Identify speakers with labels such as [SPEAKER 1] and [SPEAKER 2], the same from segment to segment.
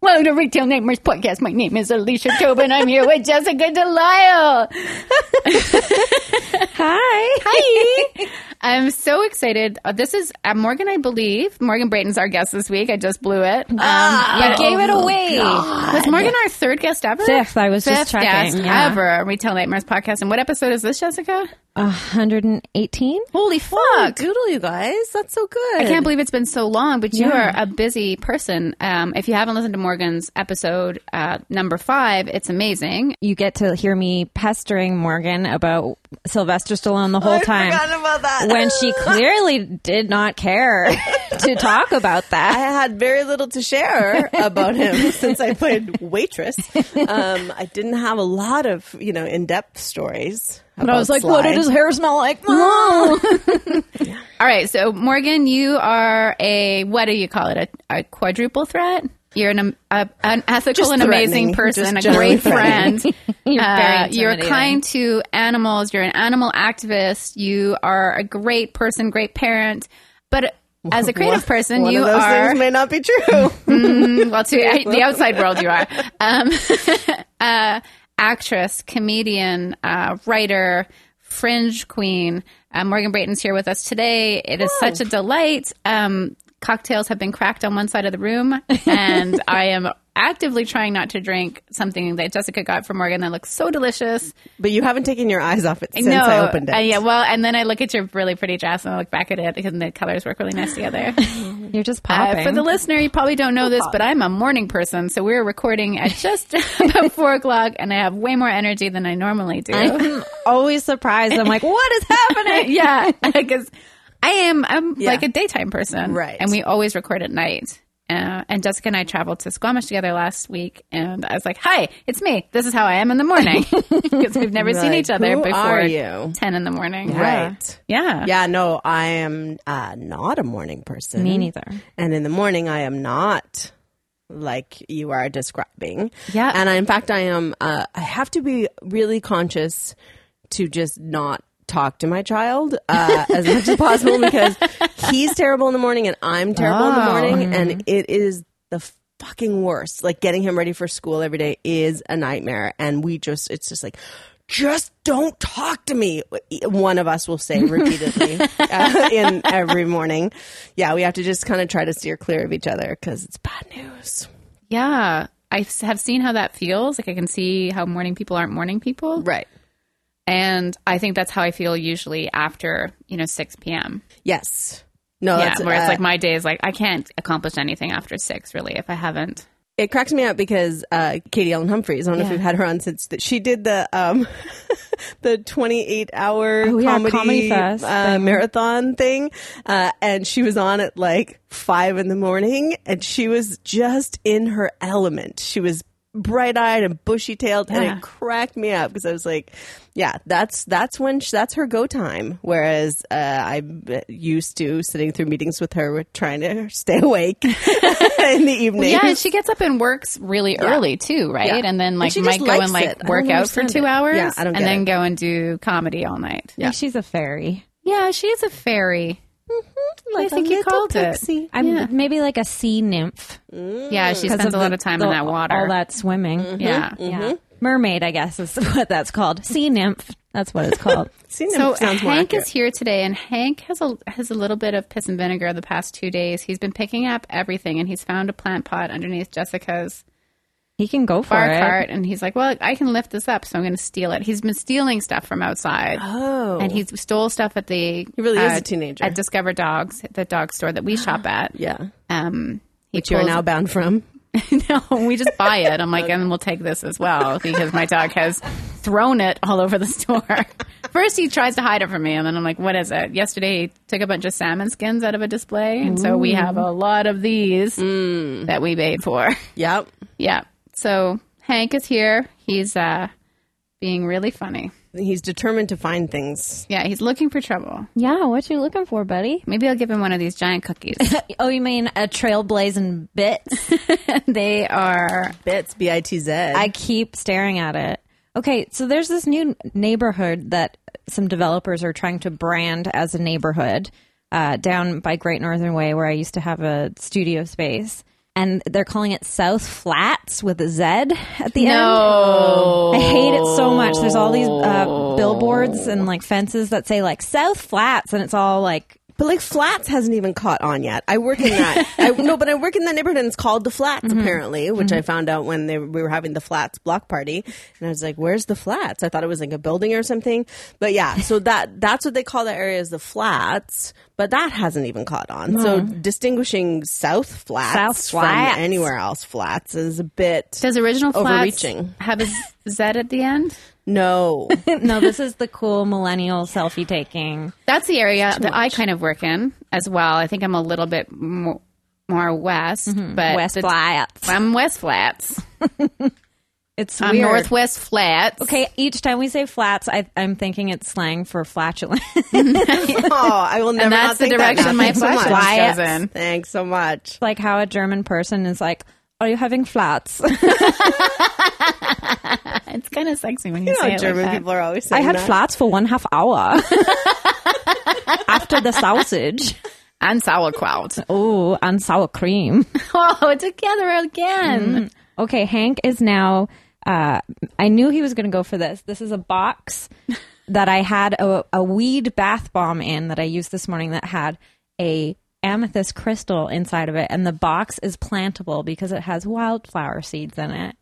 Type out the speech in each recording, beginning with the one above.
[SPEAKER 1] Welcome to Retail Nightmares Podcast. My name is Alicia Tobin. I'm here with Jessica Delisle.
[SPEAKER 2] Hi.
[SPEAKER 1] Hi.
[SPEAKER 2] I'm so excited. Uh, This is uh, Morgan, I believe. Morgan Brayton's our guest this week. I just blew it. Um,
[SPEAKER 1] I Ah, gave it away.
[SPEAKER 2] was Morgan our third guest ever?
[SPEAKER 3] Fifth, I was just
[SPEAKER 2] Fifth guest
[SPEAKER 3] checking. Yeah.
[SPEAKER 2] ever on Retail Nightmares Podcast. And what episode is this, Jessica?
[SPEAKER 3] 118?
[SPEAKER 2] Holy fuck.
[SPEAKER 3] Doodle, you guys. That's so good.
[SPEAKER 2] I can't believe it's been so long, but you are a busy person. Um, if you haven't listened to Morgan's episode uh, number five, it's amazing.
[SPEAKER 3] You get to hear me pestering Morgan about Sylvester Stallone the whole time.
[SPEAKER 4] forgot about that.
[SPEAKER 3] When she clearly did not care to talk about
[SPEAKER 4] I
[SPEAKER 3] that.
[SPEAKER 4] had very little to share about him since I played waitress. Um, I didn't have a lot of, you know, in-depth stories. But
[SPEAKER 3] hair smell like?
[SPEAKER 2] All right, so Morgan, you are a what do you call it? A, a quadruple threat. You're an a, an ethical
[SPEAKER 4] Just
[SPEAKER 2] and
[SPEAKER 4] threatening.
[SPEAKER 2] amazing person,
[SPEAKER 4] Just
[SPEAKER 2] a
[SPEAKER 4] generally
[SPEAKER 2] great friend.
[SPEAKER 3] Uh,
[SPEAKER 2] Uh,
[SPEAKER 3] You're very
[SPEAKER 2] you're
[SPEAKER 3] intimidating.
[SPEAKER 2] kind to animals. You're an animal activist. You are a great person, great parent. But as a creative person,
[SPEAKER 4] One
[SPEAKER 2] you
[SPEAKER 4] of those
[SPEAKER 2] are
[SPEAKER 4] things may not be true.
[SPEAKER 2] well to uh, the outside world you are um, uh, actress comedian uh, writer fringe queen uh, morgan brayton's here with us today it is such a delight um, cocktails have been cracked on one side of the room and i am actively trying not to drink something that jessica got for morgan that looks so delicious
[SPEAKER 4] but you haven't taken your eyes off it since I opened it.
[SPEAKER 2] uh, yeah well and then i look at your really pretty dress and i look back at it because the colors work really nice together
[SPEAKER 3] You're just
[SPEAKER 2] uh,
[SPEAKER 4] Ah,
[SPEAKER 3] popping.
[SPEAKER 2] for the listener, you probably don't know this, but I'm a morning person, so we're recording at just about four o'clock, and I have way more energy than I normally do.
[SPEAKER 3] I'm always surprised. I'm like, what is happening?
[SPEAKER 2] yeah, because I am I'm like a daytime person,
[SPEAKER 4] Right.
[SPEAKER 2] And we always record at night. Uh, and Jessica and I traveled to Squamish together last week, and I was like, "Hi, it's me. This is how I am in the morning," because we've never seen
[SPEAKER 4] Like,
[SPEAKER 2] each other
[SPEAKER 4] who
[SPEAKER 2] before
[SPEAKER 4] are you?
[SPEAKER 2] ten in the morning,
[SPEAKER 4] Right.
[SPEAKER 2] Yeah,
[SPEAKER 4] Yeah, no, I am uh, not a morning person.
[SPEAKER 3] Me neither.
[SPEAKER 4] and in the morning I am not like you are describing.
[SPEAKER 2] Yeah.
[SPEAKER 4] and I, in fact I am. Uh, I have to be really conscious to just not talk to my child uh, as much as possible because he's terrible in the morning and I'm terrible in the morning, and it is the fucking worst. Like getting him ready for school every day is a nightmare, and we just it's just like. Just don't talk to me. One of us will say repeatedly uh, in every morning. Yeah, we have to just kind of try to steer clear of each other because it's bad news.
[SPEAKER 2] yeah. I s- have seen how that feels. Like I can see how morning people aren't morning people,
[SPEAKER 4] Right.
[SPEAKER 2] And I think that's how I feel usually after, you know, 6 p.m.
[SPEAKER 4] Yes. No,
[SPEAKER 2] yeah,
[SPEAKER 4] that's,
[SPEAKER 2] where it's
[SPEAKER 4] uh,
[SPEAKER 2] like my day is like, I can't accomplish anything after 6, really, if I haven't.
[SPEAKER 4] it cracks me up because uh, Katie Ellen Humphreys. I don't know if we've had her on since that she did the um, the twenty eight hour
[SPEAKER 3] Oh, yeah,
[SPEAKER 4] comedy,
[SPEAKER 3] Comedy Fest
[SPEAKER 4] uh, marathon thing, uh, and she was on at like five in the morning, and she was just in her element. She was bright eyed and bushy tailed, and
[SPEAKER 2] Yeah.
[SPEAKER 4] it cracked me up because I was like, yeah, that's that's when sh that's her go time. Whereas uh, I'm used to sitting through meetings with her, with trying to stay awake in the evening.
[SPEAKER 2] Yeah, and she gets up and works really early, too, right?
[SPEAKER 4] Yeah.
[SPEAKER 2] And then,
[SPEAKER 4] And
[SPEAKER 2] like,
[SPEAKER 4] she
[SPEAKER 2] might
[SPEAKER 4] just
[SPEAKER 2] go
[SPEAKER 4] likes
[SPEAKER 2] and, like,
[SPEAKER 4] it. I don't
[SPEAKER 2] work out for
[SPEAKER 4] understand
[SPEAKER 2] two
[SPEAKER 4] it.
[SPEAKER 2] hours
[SPEAKER 4] Yeah, I don't get
[SPEAKER 2] and then
[SPEAKER 4] it.
[SPEAKER 2] go and do comedy all night.
[SPEAKER 3] Like she's a fairy.
[SPEAKER 2] Yeah, she is a fairy.
[SPEAKER 4] Like
[SPEAKER 2] I think
[SPEAKER 4] a
[SPEAKER 2] you
[SPEAKER 4] little
[SPEAKER 2] called
[SPEAKER 4] pixie.
[SPEAKER 3] I'm maybe like a sea nymph.
[SPEAKER 2] it. Yeah, she spends a lot of time in
[SPEAKER 3] The-
[SPEAKER 2] that water.
[SPEAKER 3] All that Mm-hmm. swimming.
[SPEAKER 2] yeah.
[SPEAKER 4] Mm-hmm.
[SPEAKER 3] Yeah. Mermaid, I guess, is what that's called. Sea nymph. That's what it's called.
[SPEAKER 4] Seen
[SPEAKER 2] So
[SPEAKER 4] them sounds more
[SPEAKER 2] Hank is
[SPEAKER 4] accurate.
[SPEAKER 2] here today, and Hank has a has a little bit of piss and vinegar the past two days. He's been picking up everything, and he's found a plant pot underneath Jessica's
[SPEAKER 3] he can go for
[SPEAKER 2] bar
[SPEAKER 3] it.
[SPEAKER 2] cart, and he's like, "Well, I can lift this up, so I'm going to steal it." He's been stealing stuff from outside,
[SPEAKER 4] Oh,
[SPEAKER 2] and he stole stuff at the uh,
[SPEAKER 4] He really is a teenager.
[SPEAKER 2] at Discover Dogs, the dog store that we shop at.
[SPEAKER 4] yeah.
[SPEAKER 2] Um, he
[SPEAKER 4] Which you are
[SPEAKER 2] pulls-
[SPEAKER 4] now bound from.
[SPEAKER 2] no, we just buy it. I'm like, and we'll take this as well because my dog has thrown it all over the store. First, he tries to hide it from me, and then I'm like, what is it? Yesterday, he took a bunch of salmon skins out of a display, and so we have a lot of these that we paid for.
[SPEAKER 4] Yep.
[SPEAKER 2] yeah. So Hank is here. He's uh, being really funny.
[SPEAKER 4] he's determined to find things.
[SPEAKER 2] Yeah, he's looking for trouble.
[SPEAKER 3] Yeah, what you looking for, buddy?
[SPEAKER 2] Maybe I'll give him one of these giant cookies.
[SPEAKER 3] Oh, you mean a trailblazing bit?
[SPEAKER 2] they are
[SPEAKER 4] Bits, B I T Z.
[SPEAKER 3] I keep staring at it. Okay, so there's this new neighborhood that some developers are trying to brand as a neighborhood uh, down by Great Northern Way, where I used to have a studio space. And they're calling it South Flats with a Z at the
[SPEAKER 2] No.
[SPEAKER 3] end. I hate it so much. There's all these uh, billboards and like fences that say like South Flats, and it's all like
[SPEAKER 4] But like flats hasn't even caught on yet. I work in that. I, no, but I work in that neighborhood and it's called the flats
[SPEAKER 2] Mm-hmm.
[SPEAKER 4] apparently, which I found out when they, we were having the flats block party, and I was like, "Where's the flats?" I thought it was like a building or something. But yeah, so that that's what they call that area is the flats. But that hasn't even caught on. So distinguishing South Flats,
[SPEAKER 3] South Flats.
[SPEAKER 4] from anywhere else flats is a bit
[SPEAKER 2] does original flats
[SPEAKER 4] Overreaching.
[SPEAKER 2] have a Z at the end?
[SPEAKER 4] no.
[SPEAKER 3] no, this is the cool millennial selfie taking.
[SPEAKER 2] That's the area that I kind of work in as well. I think I'm a little bit more, more Mm-hmm. west, but
[SPEAKER 3] West
[SPEAKER 2] the-
[SPEAKER 3] Flats.
[SPEAKER 2] I'm West Flats.
[SPEAKER 3] It's
[SPEAKER 2] I'm
[SPEAKER 3] weird.
[SPEAKER 2] Northwest Flats.
[SPEAKER 3] Okay, each time we say flats, I, I'm thinking it's slang for flatulence.
[SPEAKER 4] oh, I will never.
[SPEAKER 2] that's
[SPEAKER 4] not
[SPEAKER 2] the
[SPEAKER 4] think that
[SPEAKER 2] direction
[SPEAKER 4] now.
[SPEAKER 2] my
[SPEAKER 4] Thanks so much.
[SPEAKER 2] flatulence goes Flats. in.
[SPEAKER 4] Thanks so much.
[SPEAKER 3] like how a German person is like, "Are you having flats?"
[SPEAKER 2] It's kind of sexy when you,
[SPEAKER 4] You
[SPEAKER 2] say
[SPEAKER 4] know,
[SPEAKER 2] it
[SPEAKER 4] German
[SPEAKER 2] like that.
[SPEAKER 4] people are always
[SPEAKER 3] I
[SPEAKER 4] saying
[SPEAKER 3] had
[SPEAKER 4] that.
[SPEAKER 3] flats for one half hour after the sausage.
[SPEAKER 2] And sauerkraut.
[SPEAKER 3] Oh, and sour cream.
[SPEAKER 2] oh, together again.
[SPEAKER 3] Okay, Hank is now. Uh, I knew he was going to go for this. This is a box that I had a, a weed bath bomb in that I used this morning that had a amethyst crystal inside of it, and the box is plantable because it has wildflower seeds in it.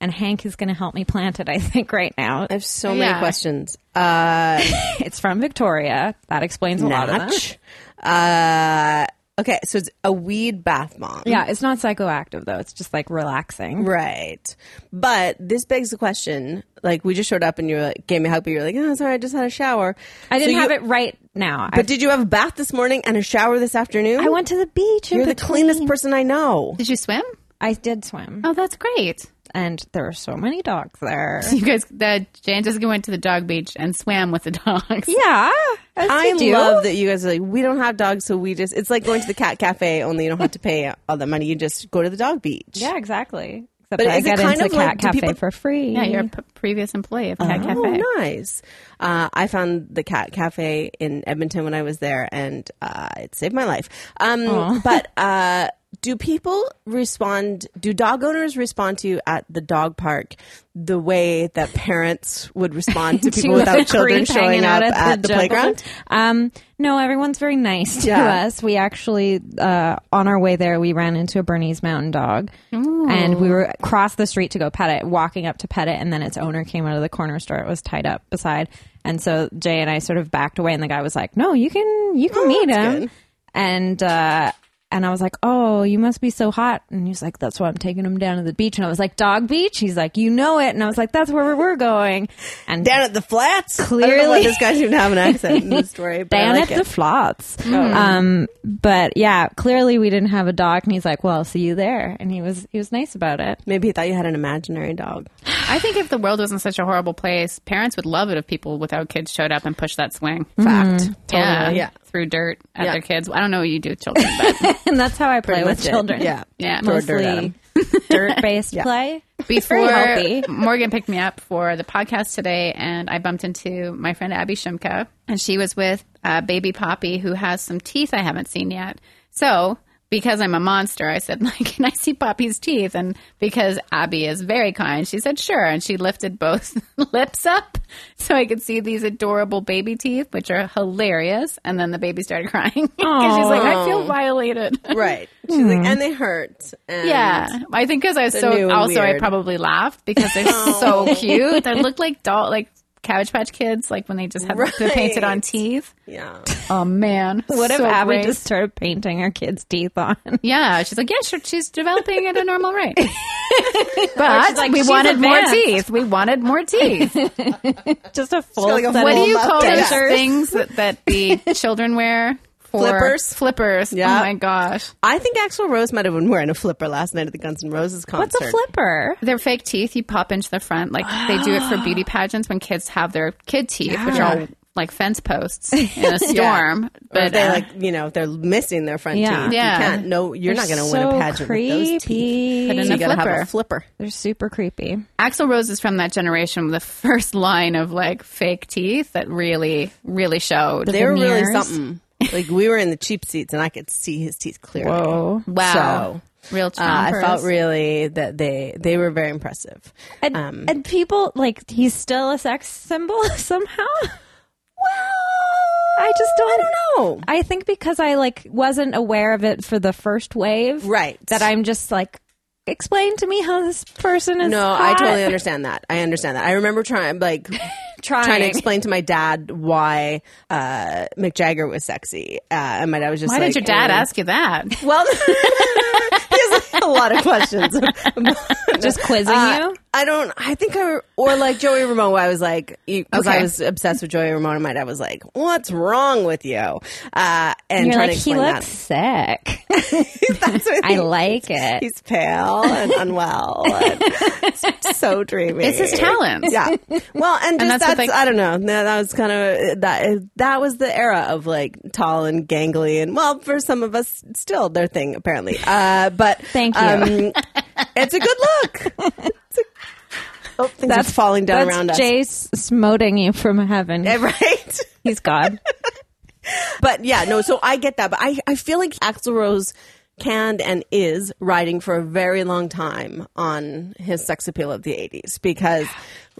[SPEAKER 3] And Hank is going to help me plant it. I think right now
[SPEAKER 4] I have so
[SPEAKER 2] Yeah.
[SPEAKER 4] many questions. Uh,
[SPEAKER 3] it's from Victoria. That explains a lot of that.
[SPEAKER 4] Um, Natch. Uh, okay, so it's a weed bath bomb.
[SPEAKER 3] Yeah, it's not psychoactive though. It's just like relaxing.
[SPEAKER 4] Right. But this begs the question like, we just showed up and you were like, gave me a hug, but you were like, oh, sorry, I just had a shower.
[SPEAKER 3] I didn't
[SPEAKER 4] So you-
[SPEAKER 3] have it right now. I,
[SPEAKER 4] But did you have a bath this morning and a shower this afternoon?
[SPEAKER 3] I went to the beach. in
[SPEAKER 4] You're the
[SPEAKER 3] between.
[SPEAKER 4] cleanest person I know.
[SPEAKER 2] Did you swim?
[SPEAKER 3] I did swim,
[SPEAKER 2] Oh, that's great.
[SPEAKER 3] and there were so many dogs there.
[SPEAKER 2] You guys, the, Jane and Jessica went to the dog beach and swam with the dogs.
[SPEAKER 3] Yeah, as
[SPEAKER 4] I
[SPEAKER 3] you do.
[SPEAKER 4] love that you guys are like, we don't have dogs, so we just, it's like going to the cat cafe, only you don't have to pay all that money. You just go to the dog beach.
[SPEAKER 3] Yeah, exactly. Except
[SPEAKER 4] But
[SPEAKER 3] I
[SPEAKER 4] is it
[SPEAKER 3] get
[SPEAKER 4] kind
[SPEAKER 3] into
[SPEAKER 4] of
[SPEAKER 3] Cat
[SPEAKER 4] like- do
[SPEAKER 3] Cafe
[SPEAKER 4] people-
[SPEAKER 3] for free.
[SPEAKER 2] Yeah, you're a p- previous employee of Cat Cafe.
[SPEAKER 4] Oh, nice. Uh, I found the cat cafe in Edmonton when I was there, and uh, it saved my life. Um, but uh, do people respond? Do dog owners respond to you at the dog park the way that parents would respond to
[SPEAKER 3] To
[SPEAKER 4] people
[SPEAKER 3] the
[SPEAKER 4] without children
[SPEAKER 3] creep hanging
[SPEAKER 4] showing
[SPEAKER 3] out
[SPEAKER 4] up at, the,
[SPEAKER 3] jungle.
[SPEAKER 4] playground?
[SPEAKER 3] Um, no, everyone's very nice to
[SPEAKER 4] Yeah.
[SPEAKER 3] us. We actually, uh, on our way there, we ran into a Bernese Mountain Dog, and we were across the street to go pet it, walking up to pet it, and then its owner came out of the corner store. It was tied up beside, and so Jay and I sort of backed away, and the guy was like, "No, you can, you can meet
[SPEAKER 4] Oh, that's
[SPEAKER 3] him,"
[SPEAKER 4] good.
[SPEAKER 3] and. uh and I was like, "Oh, you must be so hot." And he's like, "That's why I'm taking him down to the beach." And I was like, "Dog beach?" He's like, "You know it." And I was like, "That's where we were going." And
[SPEAKER 4] Down at the flats. I don't know
[SPEAKER 3] Clearly.
[SPEAKER 4] why this guy didn't have an accent in the story. But I
[SPEAKER 3] down
[SPEAKER 4] like
[SPEAKER 3] at
[SPEAKER 4] it. Mm.
[SPEAKER 3] the flats. Um, but yeah, clearly we didn't have a dog, and he's like, "Well, I'll see you there," and he was he was nice about it.
[SPEAKER 4] Maybe he thought you had an imaginary dog.
[SPEAKER 2] I think if the world wasn't such a horrible place, parents would love it if people without kids showed up and pushed that swing.
[SPEAKER 3] Mm-hmm.
[SPEAKER 4] Fact.
[SPEAKER 2] Yeah,
[SPEAKER 4] Totally. Yeah.
[SPEAKER 2] Through dirt at
[SPEAKER 4] Yeah.
[SPEAKER 2] their kids. I don't know what you do with children, but
[SPEAKER 3] And that's how I play
[SPEAKER 4] Pretty
[SPEAKER 3] with
[SPEAKER 4] much it.
[SPEAKER 3] children.
[SPEAKER 4] Yeah.
[SPEAKER 2] yeah.
[SPEAKER 4] Throw dirt at
[SPEAKER 3] mostly
[SPEAKER 4] 'em.
[SPEAKER 3] dirt based play. healthy.
[SPEAKER 2] Before Morgan picked me up for the podcast today, and I bumped into my friend Abby Shimka, and she was with uh, baby Poppy, who has some teeth I haven't seen yet. So, because I'm a monster, I said, like, "Can I see Poppy's teeth?" And because Abby is very kind, she said, "Sure." And she lifted both lips up so I could see these adorable baby teeth, which are hilarious. And then the baby started crying because she's like, "I feel violated."
[SPEAKER 4] Right. She's
[SPEAKER 3] Mm-hmm.
[SPEAKER 4] like, and they hurt. And
[SPEAKER 2] Yeah, I think because I was so
[SPEAKER 4] new and
[SPEAKER 2] also I
[SPEAKER 4] weird.
[SPEAKER 2] probably laughed because they're
[SPEAKER 3] Oh.
[SPEAKER 2] so cute. They look like doll like Cabbage Patch Kids, like when they just had they're painted on
[SPEAKER 4] Right.
[SPEAKER 2] teeth.
[SPEAKER 4] Yeah.
[SPEAKER 2] Oh man,
[SPEAKER 3] What if
[SPEAKER 2] So
[SPEAKER 3] Abby
[SPEAKER 2] great.
[SPEAKER 3] just started painting her kids' teeth on?
[SPEAKER 2] Yeah, she's like, yeah, sure, she's developing at a normal rate, but
[SPEAKER 3] like,
[SPEAKER 2] we
[SPEAKER 3] "She's
[SPEAKER 2] wanted
[SPEAKER 3] advanced."
[SPEAKER 2] more teeth. We wanted more teeth.
[SPEAKER 3] Just a full
[SPEAKER 4] like a
[SPEAKER 3] set
[SPEAKER 2] what
[SPEAKER 3] of
[SPEAKER 2] do you
[SPEAKER 4] love
[SPEAKER 2] call those
[SPEAKER 4] dancers.
[SPEAKER 2] things that, that the children wear? or
[SPEAKER 4] Flippers?
[SPEAKER 2] Flippers.
[SPEAKER 4] Yeah.
[SPEAKER 2] Oh my gosh.
[SPEAKER 4] I think Axel Rose might have been wearing a flipper last night at the Guns N' Roses concert.
[SPEAKER 3] What's a flipper?
[SPEAKER 2] Their fake teeth, you pop into the front. Like they do it for beauty pageants when kids have their kid teeth, which are all like fence posts in a storm.
[SPEAKER 4] Or if
[SPEAKER 2] But
[SPEAKER 4] they
[SPEAKER 2] uh,
[SPEAKER 4] like you know if they're missing their front
[SPEAKER 3] Yeah.
[SPEAKER 4] teeth.
[SPEAKER 2] Yeah.
[SPEAKER 4] You can't. No, you're not going to win a pageant with those teeth.
[SPEAKER 2] Put in
[SPEAKER 4] So
[SPEAKER 2] a
[SPEAKER 4] you gotta have
[SPEAKER 2] flipper.
[SPEAKER 4] a flipper.
[SPEAKER 3] They're super creepy.
[SPEAKER 2] Axl Rose is from that generation with the first line of like fake teeth that really, really showed.
[SPEAKER 4] They were really
[SPEAKER 3] veneers.
[SPEAKER 4] something. Like we were in the cheap seats, and I could see his teeth clearly.
[SPEAKER 3] Whoa.
[SPEAKER 2] wow.
[SPEAKER 4] So,
[SPEAKER 2] Real
[SPEAKER 4] Uh, I
[SPEAKER 2] chompers.
[SPEAKER 4] felt really that they they were very impressive.
[SPEAKER 3] And,
[SPEAKER 4] Um,
[SPEAKER 3] and people like he's still a sex symbol somehow.
[SPEAKER 4] Well,
[SPEAKER 3] I just don't.
[SPEAKER 4] I don't know.
[SPEAKER 3] I think because I like wasn't aware of it for the first wave,
[SPEAKER 4] Right.
[SPEAKER 3] That I'm just like, explain to me how this person is.
[SPEAKER 4] No, I
[SPEAKER 3] hot."
[SPEAKER 4] totally understand that. I understand that. I remember trying like
[SPEAKER 3] trying.
[SPEAKER 4] trying to explain to my dad why uh, Mick Jagger was sexy, uh, and my dad was just
[SPEAKER 2] Why
[SPEAKER 4] like,
[SPEAKER 2] did your dad
[SPEAKER 4] "Oh."
[SPEAKER 2] ask you that?
[SPEAKER 4] Well, he has a lot of questions.
[SPEAKER 3] just quizzing
[SPEAKER 4] Uh,
[SPEAKER 3] you.
[SPEAKER 4] I don't. I think I or like Joey Ramone. I was like, because
[SPEAKER 2] Okay.
[SPEAKER 4] I was obsessed with Joey Ramone. and My dad was like, "What's wrong with you?" Uh, and
[SPEAKER 3] You're
[SPEAKER 4] trying
[SPEAKER 3] like,
[SPEAKER 4] to
[SPEAKER 3] he
[SPEAKER 4] explain
[SPEAKER 3] looks sick.
[SPEAKER 4] that. That's what
[SPEAKER 3] I
[SPEAKER 4] he-
[SPEAKER 3] like it.
[SPEAKER 4] He's pale and unwell. and it's so dreamy.
[SPEAKER 2] It's his talent.
[SPEAKER 4] Yeah. Well, and just
[SPEAKER 2] that's
[SPEAKER 4] that's,
[SPEAKER 2] what they-
[SPEAKER 4] I don't know. That, that was kind of that. That was the era of like tall and gangly, and well, for some of us, still their thing apparently. Uh, but um,
[SPEAKER 3] Thank you.
[SPEAKER 4] it's a good look. It's a- oh, things that's are falling down
[SPEAKER 3] That's
[SPEAKER 4] around us.
[SPEAKER 3] Jay s- smoting you from heaven.
[SPEAKER 4] Right.
[SPEAKER 3] He's God.
[SPEAKER 4] But yeah, no, so I get that. But I, I feel like Axl Rose can and is riding for a very long time on his sex appeal of the 80s because,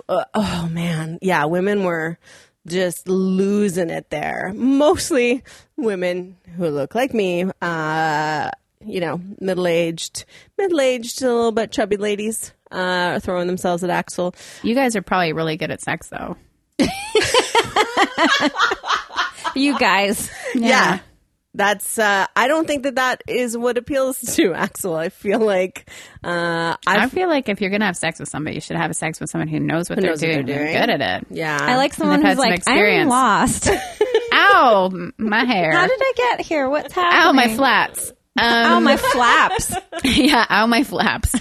[SPEAKER 4] uh, oh man, yeah, women were just losing it there. Mostly women who look like me, uh, you know, middle aged, middle aged, a little bit chubby ladies. Uh, throwing themselves at Axel.
[SPEAKER 2] You guys are probably really good at sex though.
[SPEAKER 3] you guys.
[SPEAKER 4] Yeah. That's uh I don't think that that is what appeals to Axel. I feel like uh
[SPEAKER 2] I
[SPEAKER 4] I
[SPEAKER 2] feel like if you're gonna have sex with somebody, you should have sex with someone who knows what, they're,
[SPEAKER 4] knows what
[SPEAKER 2] doing,
[SPEAKER 4] they're
[SPEAKER 2] and
[SPEAKER 4] doing.
[SPEAKER 2] good at it.
[SPEAKER 4] yeah.
[SPEAKER 3] I like someone
[SPEAKER 2] they've
[SPEAKER 3] who's
[SPEAKER 2] had some
[SPEAKER 3] like, I'm
[SPEAKER 2] experience.
[SPEAKER 3] lost.
[SPEAKER 2] Ow, m- my hair.
[SPEAKER 3] how did I get here? What's happening?
[SPEAKER 2] ow, my flats. Um,
[SPEAKER 3] Ow, my flaps.
[SPEAKER 2] yeah, ow, my flaps.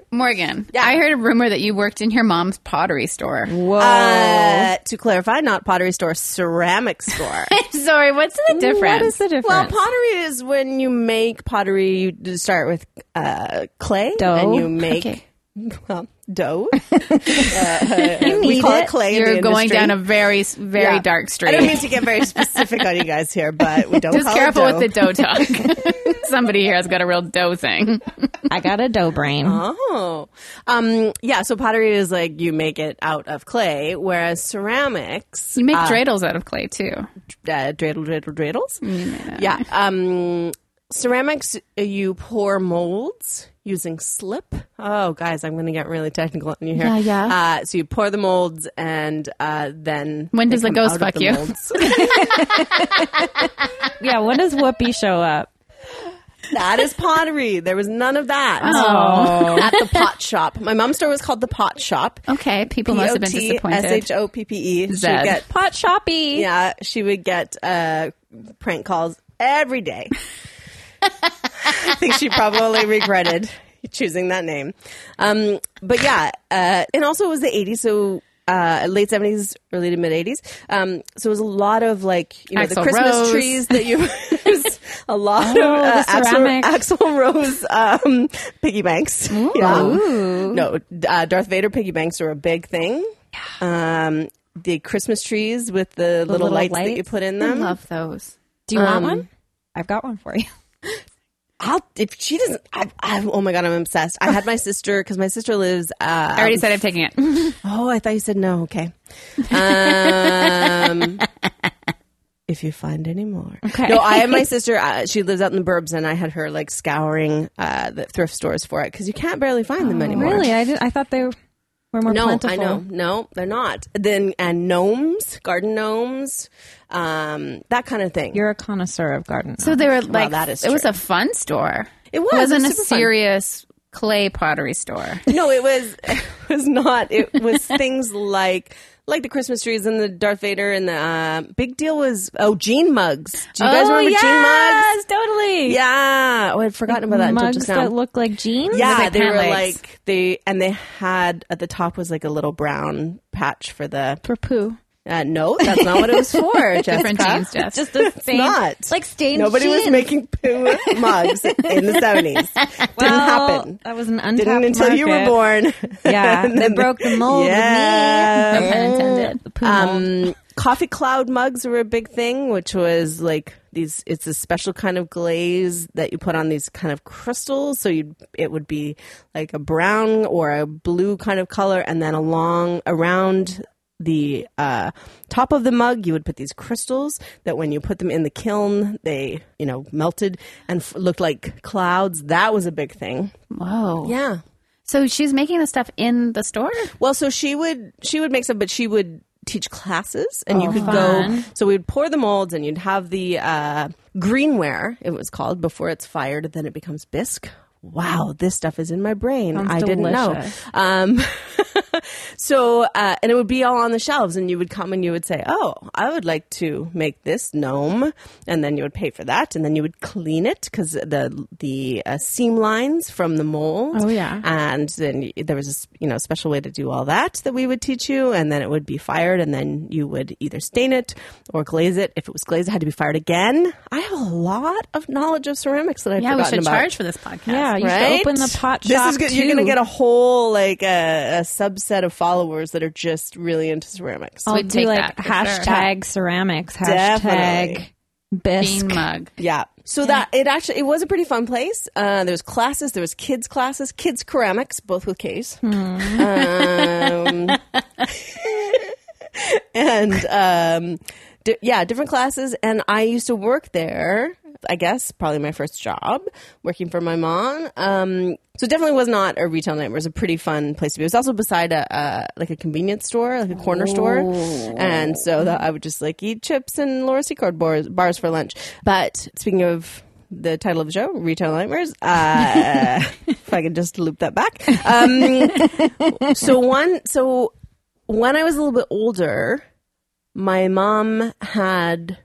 [SPEAKER 2] Morgan, I heard a rumor that you worked in your mom's pottery store.
[SPEAKER 3] Whoa.
[SPEAKER 4] uh, to clarify, not pottery store, ceramic store.
[SPEAKER 2] Sorry, what's the difference?
[SPEAKER 3] what is the difference?
[SPEAKER 4] well, pottery is when you make pottery. You d- start with uh, clay,
[SPEAKER 3] Dough.
[SPEAKER 4] and you make
[SPEAKER 2] Okay.
[SPEAKER 4] well dough. Uh, uh, we call it,
[SPEAKER 3] it.
[SPEAKER 4] clay. in
[SPEAKER 2] You're
[SPEAKER 4] the
[SPEAKER 2] going
[SPEAKER 4] industry.
[SPEAKER 2] down a very, s- very
[SPEAKER 4] Yeah.
[SPEAKER 2] dark
[SPEAKER 4] I don't mean
[SPEAKER 2] street.
[SPEAKER 4] to get very specific on you guys here, but we don't.
[SPEAKER 2] Just
[SPEAKER 4] call
[SPEAKER 2] careful
[SPEAKER 4] it dough.
[SPEAKER 2] with the dough talk. Somebody here has got a real dough thing.
[SPEAKER 3] I got a dough brain.
[SPEAKER 4] Oh, um, yeah. So pottery is like you make it out of clay, whereas ceramics,
[SPEAKER 2] You make dreidels out of clay too.
[SPEAKER 4] uh, dreidel, dreidel, dreidels. Yeah. Um, ceramics, uh, you pour molds using slip. Oh, guys, I'm going to get really technical on you here.
[SPEAKER 2] Yeah, yeah.
[SPEAKER 4] Uh, so you pour the molds, and uh, then
[SPEAKER 2] When
[SPEAKER 4] they
[SPEAKER 2] does the
[SPEAKER 4] come
[SPEAKER 2] ghost
[SPEAKER 4] out of
[SPEAKER 2] fuck
[SPEAKER 4] the
[SPEAKER 2] you?
[SPEAKER 4] molds.
[SPEAKER 3] Yeah, when does Whoopi show up?
[SPEAKER 4] that is pottery. There was none of that
[SPEAKER 2] Oh.
[SPEAKER 4] at the pot shop. My mom's store was called the Pot Shop.
[SPEAKER 2] Okay, people must have been
[SPEAKER 4] P O T S
[SPEAKER 2] disappointed.
[SPEAKER 4] H E. O P P E. She'd
[SPEAKER 2] Zed.
[SPEAKER 4] get
[SPEAKER 3] Pot shoppy.
[SPEAKER 4] Yeah, she would get uh, prank calls every day. I think she probably regretted choosing that name. Um, but yeah, uh, and also it was the 80s, so uh, late 70s, early to mid 80s. Um, so it was a lot of like, you know, the
[SPEAKER 2] Axl
[SPEAKER 4] Christmas
[SPEAKER 2] Rose.
[SPEAKER 4] trees that you use, a lot
[SPEAKER 3] Oh,
[SPEAKER 4] of uh,
[SPEAKER 3] the ceramic.
[SPEAKER 4] Axel, Axel Rose um, piggy banks. Yeah. No, uh, Darth Vader piggy banks are a big thing. Um, the Christmas trees with the, little,
[SPEAKER 3] little
[SPEAKER 4] lights, that
[SPEAKER 3] lights.
[SPEAKER 4] you put in
[SPEAKER 2] I
[SPEAKER 4] them.
[SPEAKER 2] love those.
[SPEAKER 3] Do you want one? Um, I've got one for you.
[SPEAKER 4] I'll if she doesn't. I, I, oh my god, I'm obsessed. I had my sister because my sister lives. Uh,
[SPEAKER 2] I already said I'm taking it.
[SPEAKER 4] oh, I thought you said no. Okay. Um, if you find any more, okay. No, I have my sister. Uh, she lives out in the burbs, and I had her like scouring uh, the thrift stores for it because you can't barely find them anymore.
[SPEAKER 3] Really? I, did, I thought they were more
[SPEAKER 4] No,
[SPEAKER 3] plentiful.
[SPEAKER 4] I know. No, they're not. Then and gnomes, garden gnomes, um, that kind of thing.
[SPEAKER 3] You're a connoisseur of garden.
[SPEAKER 2] So they were like,
[SPEAKER 4] that is
[SPEAKER 2] it was
[SPEAKER 4] true.
[SPEAKER 2] a fun store.
[SPEAKER 4] It was.
[SPEAKER 2] It
[SPEAKER 4] It
[SPEAKER 2] wasn't
[SPEAKER 4] was
[SPEAKER 2] a
[SPEAKER 4] super fun.
[SPEAKER 2] serious clay pottery store.
[SPEAKER 4] No, it was it was not. It was things like like the Christmas trees and the Darth Vader and the uh, big deal was oh Gene mugs. Do you guys
[SPEAKER 3] Oh,
[SPEAKER 4] remember Gene mugs?
[SPEAKER 3] totally.
[SPEAKER 4] Yeah. Oh, I'd forgotten about that until
[SPEAKER 3] Mugs
[SPEAKER 4] just now.
[SPEAKER 3] that look like jeans.
[SPEAKER 4] yeah,
[SPEAKER 2] like
[SPEAKER 4] they
[SPEAKER 2] pant
[SPEAKER 4] were
[SPEAKER 2] legs.
[SPEAKER 4] like they and they had at the top was like a little brown patch for the
[SPEAKER 2] For poo.
[SPEAKER 4] uh, no. That's not what it was for.
[SPEAKER 2] Different
[SPEAKER 4] Jessica.
[SPEAKER 2] jeans, Jess.
[SPEAKER 3] just a stained,
[SPEAKER 4] not.
[SPEAKER 3] like stained.
[SPEAKER 4] Nobody was
[SPEAKER 3] jeans.
[SPEAKER 4] making poo mugs in the seventies. Didn't
[SPEAKER 3] Well,
[SPEAKER 4] happen.
[SPEAKER 3] That was an untapped
[SPEAKER 4] Didn't until you were
[SPEAKER 3] market.
[SPEAKER 4] born.
[SPEAKER 3] Yeah, they broke the mold.
[SPEAKER 4] Yeah.
[SPEAKER 2] No pun intended.
[SPEAKER 3] With me.
[SPEAKER 4] Um, coffee cloud mugs were a big thing, which was like these. It's a special kind of glaze that you put on these kind of crystals. So you, it would be like a brown or a blue kind of color, and then along around the uh, top of the mug, you would put these crystals that, when you put them in the kiln, they you know melted and f- looked like clouds. That was a big thing.
[SPEAKER 2] Whoa.
[SPEAKER 4] Yeah.
[SPEAKER 2] So she's making the stuff in the store?
[SPEAKER 4] Well, so she would she would make some, but she would teach classes, and you could go. So we would pour the molds, and you'd have the uh, greenware. It was called before it's fired. Then it becomes bisque. Wow, this stuff is in my brain. I didn't know.
[SPEAKER 3] delicious.
[SPEAKER 4] Um, so, uh, and it would be all on the shelves, and you would come and you would say, "Oh, I would like to make this gnome," and then you would pay for that, and then you would clean it because the the uh, seam lines from the mold.
[SPEAKER 3] Oh, yeah.
[SPEAKER 4] and then y- there was a s- you know special way to do all that that we would teach you, and then it would be fired, and then you would either stain it or glaze it. If it was glazed, it had to be fired again. I have a lot of knowledge of ceramics that I've
[SPEAKER 2] Yeah, we
[SPEAKER 4] forgotten
[SPEAKER 2] should
[SPEAKER 4] about.
[SPEAKER 2] charge for this podcast.
[SPEAKER 3] yeah, you should open the pot
[SPEAKER 4] This
[SPEAKER 3] shop.
[SPEAKER 4] is good. You're going to get a whole like a, a subset of followers that are just really into ceramics.
[SPEAKER 3] I'll
[SPEAKER 2] We'd
[SPEAKER 3] do
[SPEAKER 2] take
[SPEAKER 3] like
[SPEAKER 2] that for
[SPEAKER 3] hashtag ceramics, hashtag
[SPEAKER 4] Definitely.
[SPEAKER 3] bisque.
[SPEAKER 2] Bean mug.
[SPEAKER 4] Yeah. So that it actually it was a pretty fun place. Uh, there was classes. There was kids classes, kids ceramics, both with K's.
[SPEAKER 3] Hmm.
[SPEAKER 4] Um, and um, di- yeah, different classes. And I used to work there. I guess probably my first job working for my mom. Um, so it definitely was not a retail nightmare. It was a pretty fun place to be. It was also beside a uh, like a convenience store, like a corner store, and so that I would just like eat chips and Laura Secord bars, bars for lunch. But speaking of the title of the show, Retail Nightmares. Uh, if I could just loop that back. Um, so one, so when I was a little bit older, my mom had,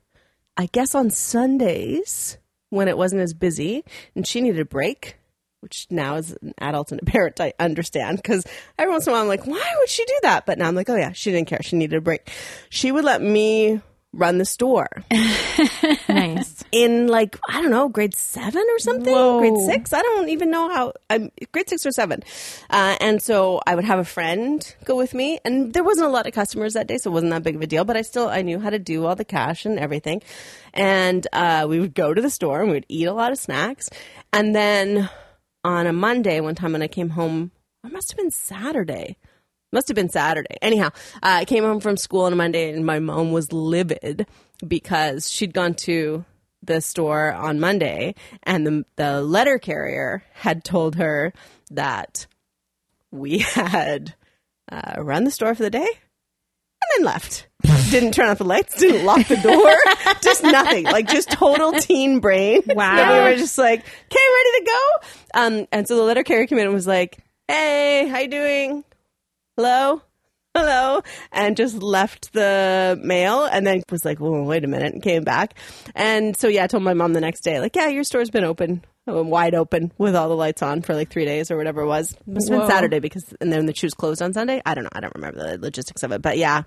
[SPEAKER 4] I guess, on Sundays when it wasn't as busy, and she needed a break. Which now, as an adult and a parent, I understand because every once in a while I'm like, why would she do that? But now I'm like, oh yeah, she didn't care. She needed a break. She would let me run the store
[SPEAKER 3] Nice.
[SPEAKER 4] in like I don't know, grade seven or something,
[SPEAKER 3] Whoa.
[SPEAKER 4] grade six. I don't even know how. I'm grade six or seven, uh, and so I would have a friend go with me, and there wasn't a lot of customers that day, so it wasn't that big of a deal. But I still I knew how to do all the cash and everything, and uh, we would go to the store and we would eat a lot of snacks, and then on a Monday one time when I came home, it must have been Saturday. Must have been Saturday. Anyhow, uh, I came home from school on a Monday and my mom was livid because she'd gone to the store on Monday and the, the letter carrier had told her that we had uh, run the store for the day and then left. didn't turn off the lights, didn't lock the door, just nothing. Like just total teen brain.
[SPEAKER 3] Wow.
[SPEAKER 4] That we were just like, okay, I'm ready to go. Um, and so the letter carrier came in and was like, hey, how you doing? hello hello and just left the mail and then was like oh wait a minute and came back and so yeah i told my mom the next day like yeah your store's been open uh, wide open with all the lights on for like three days or whatever it was it must have been saturday because and then the shoes closed on sunday i don't know i don't remember the logistics of it but yeah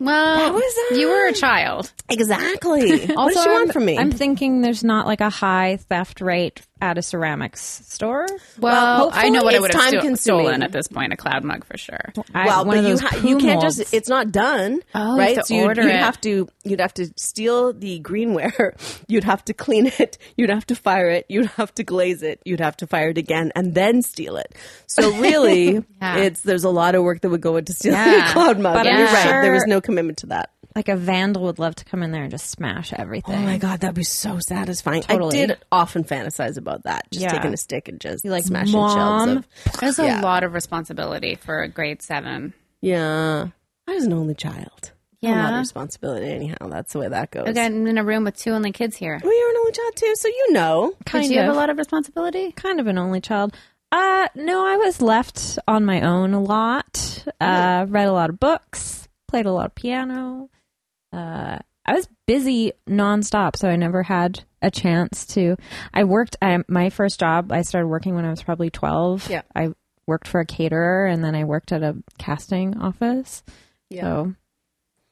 [SPEAKER 2] Well,
[SPEAKER 4] was, uh,
[SPEAKER 2] you were a child.
[SPEAKER 4] exactly what does she want
[SPEAKER 3] I'm-
[SPEAKER 4] from me
[SPEAKER 3] I'm thinking there's not like a high theft rate at a ceramics store.
[SPEAKER 2] Well, I know what
[SPEAKER 4] hopefully
[SPEAKER 2] I would
[SPEAKER 4] it's
[SPEAKER 2] have sto-
[SPEAKER 4] time-consuming.
[SPEAKER 2] stolen at this point—a cloud mug for sure.
[SPEAKER 3] I-
[SPEAKER 4] well,
[SPEAKER 3] one
[SPEAKER 4] but
[SPEAKER 3] of
[SPEAKER 4] you
[SPEAKER 3] those
[SPEAKER 4] ha-
[SPEAKER 3] poo
[SPEAKER 4] you can't
[SPEAKER 3] molds.
[SPEAKER 4] just it's not done,
[SPEAKER 2] Oh, you
[SPEAKER 4] right?
[SPEAKER 2] have to
[SPEAKER 4] so you'd,
[SPEAKER 2] order
[SPEAKER 4] you'd
[SPEAKER 2] it.
[SPEAKER 4] have to you'd have to steal the greenware, you'd have to clean it, you'd have to fire it, you'd have to glaze it, you'd have to fire it again and then steal it. So really,
[SPEAKER 2] Yeah.
[SPEAKER 4] it's there's a lot of work that would go into stealing
[SPEAKER 2] Yeah.
[SPEAKER 4] a cloud mug.
[SPEAKER 3] But
[SPEAKER 4] and
[SPEAKER 2] I'm
[SPEAKER 4] you're right, there
[SPEAKER 3] sure-
[SPEAKER 4] was no commitment to that.
[SPEAKER 3] Like a vandal would love to come in there and just smash everything.
[SPEAKER 4] Oh my god, that'd be so satisfying.
[SPEAKER 3] Totally.
[SPEAKER 4] I did often fantasize about that, just
[SPEAKER 3] Yeah.
[SPEAKER 4] taking a stick and just
[SPEAKER 3] You're like,
[SPEAKER 4] smashing
[SPEAKER 3] "Mom."
[SPEAKER 4] shelves of
[SPEAKER 2] There's a lot of responsibility for a grade seven.
[SPEAKER 4] yeah. I was an only child. a lot
[SPEAKER 2] Yeah.
[SPEAKER 4] of responsibility anyhow. That's the way that goes.
[SPEAKER 2] Again, I'm in a room with two only kids here.
[SPEAKER 4] Well, you're an only child too, so you know.
[SPEAKER 2] Did you have a lot of responsibility?
[SPEAKER 3] kind of an only child. Uh, no, I was left on my own a lot. Uh, read a lot of books, played a lot of piano. Uh, I was busy nonstop, so I never had a chance to. I worked I, my first job. I started working when I was probably twelve.
[SPEAKER 4] Yeah.
[SPEAKER 3] I worked for a caterer, and then I worked at a casting office.
[SPEAKER 4] Yeah.
[SPEAKER 3] So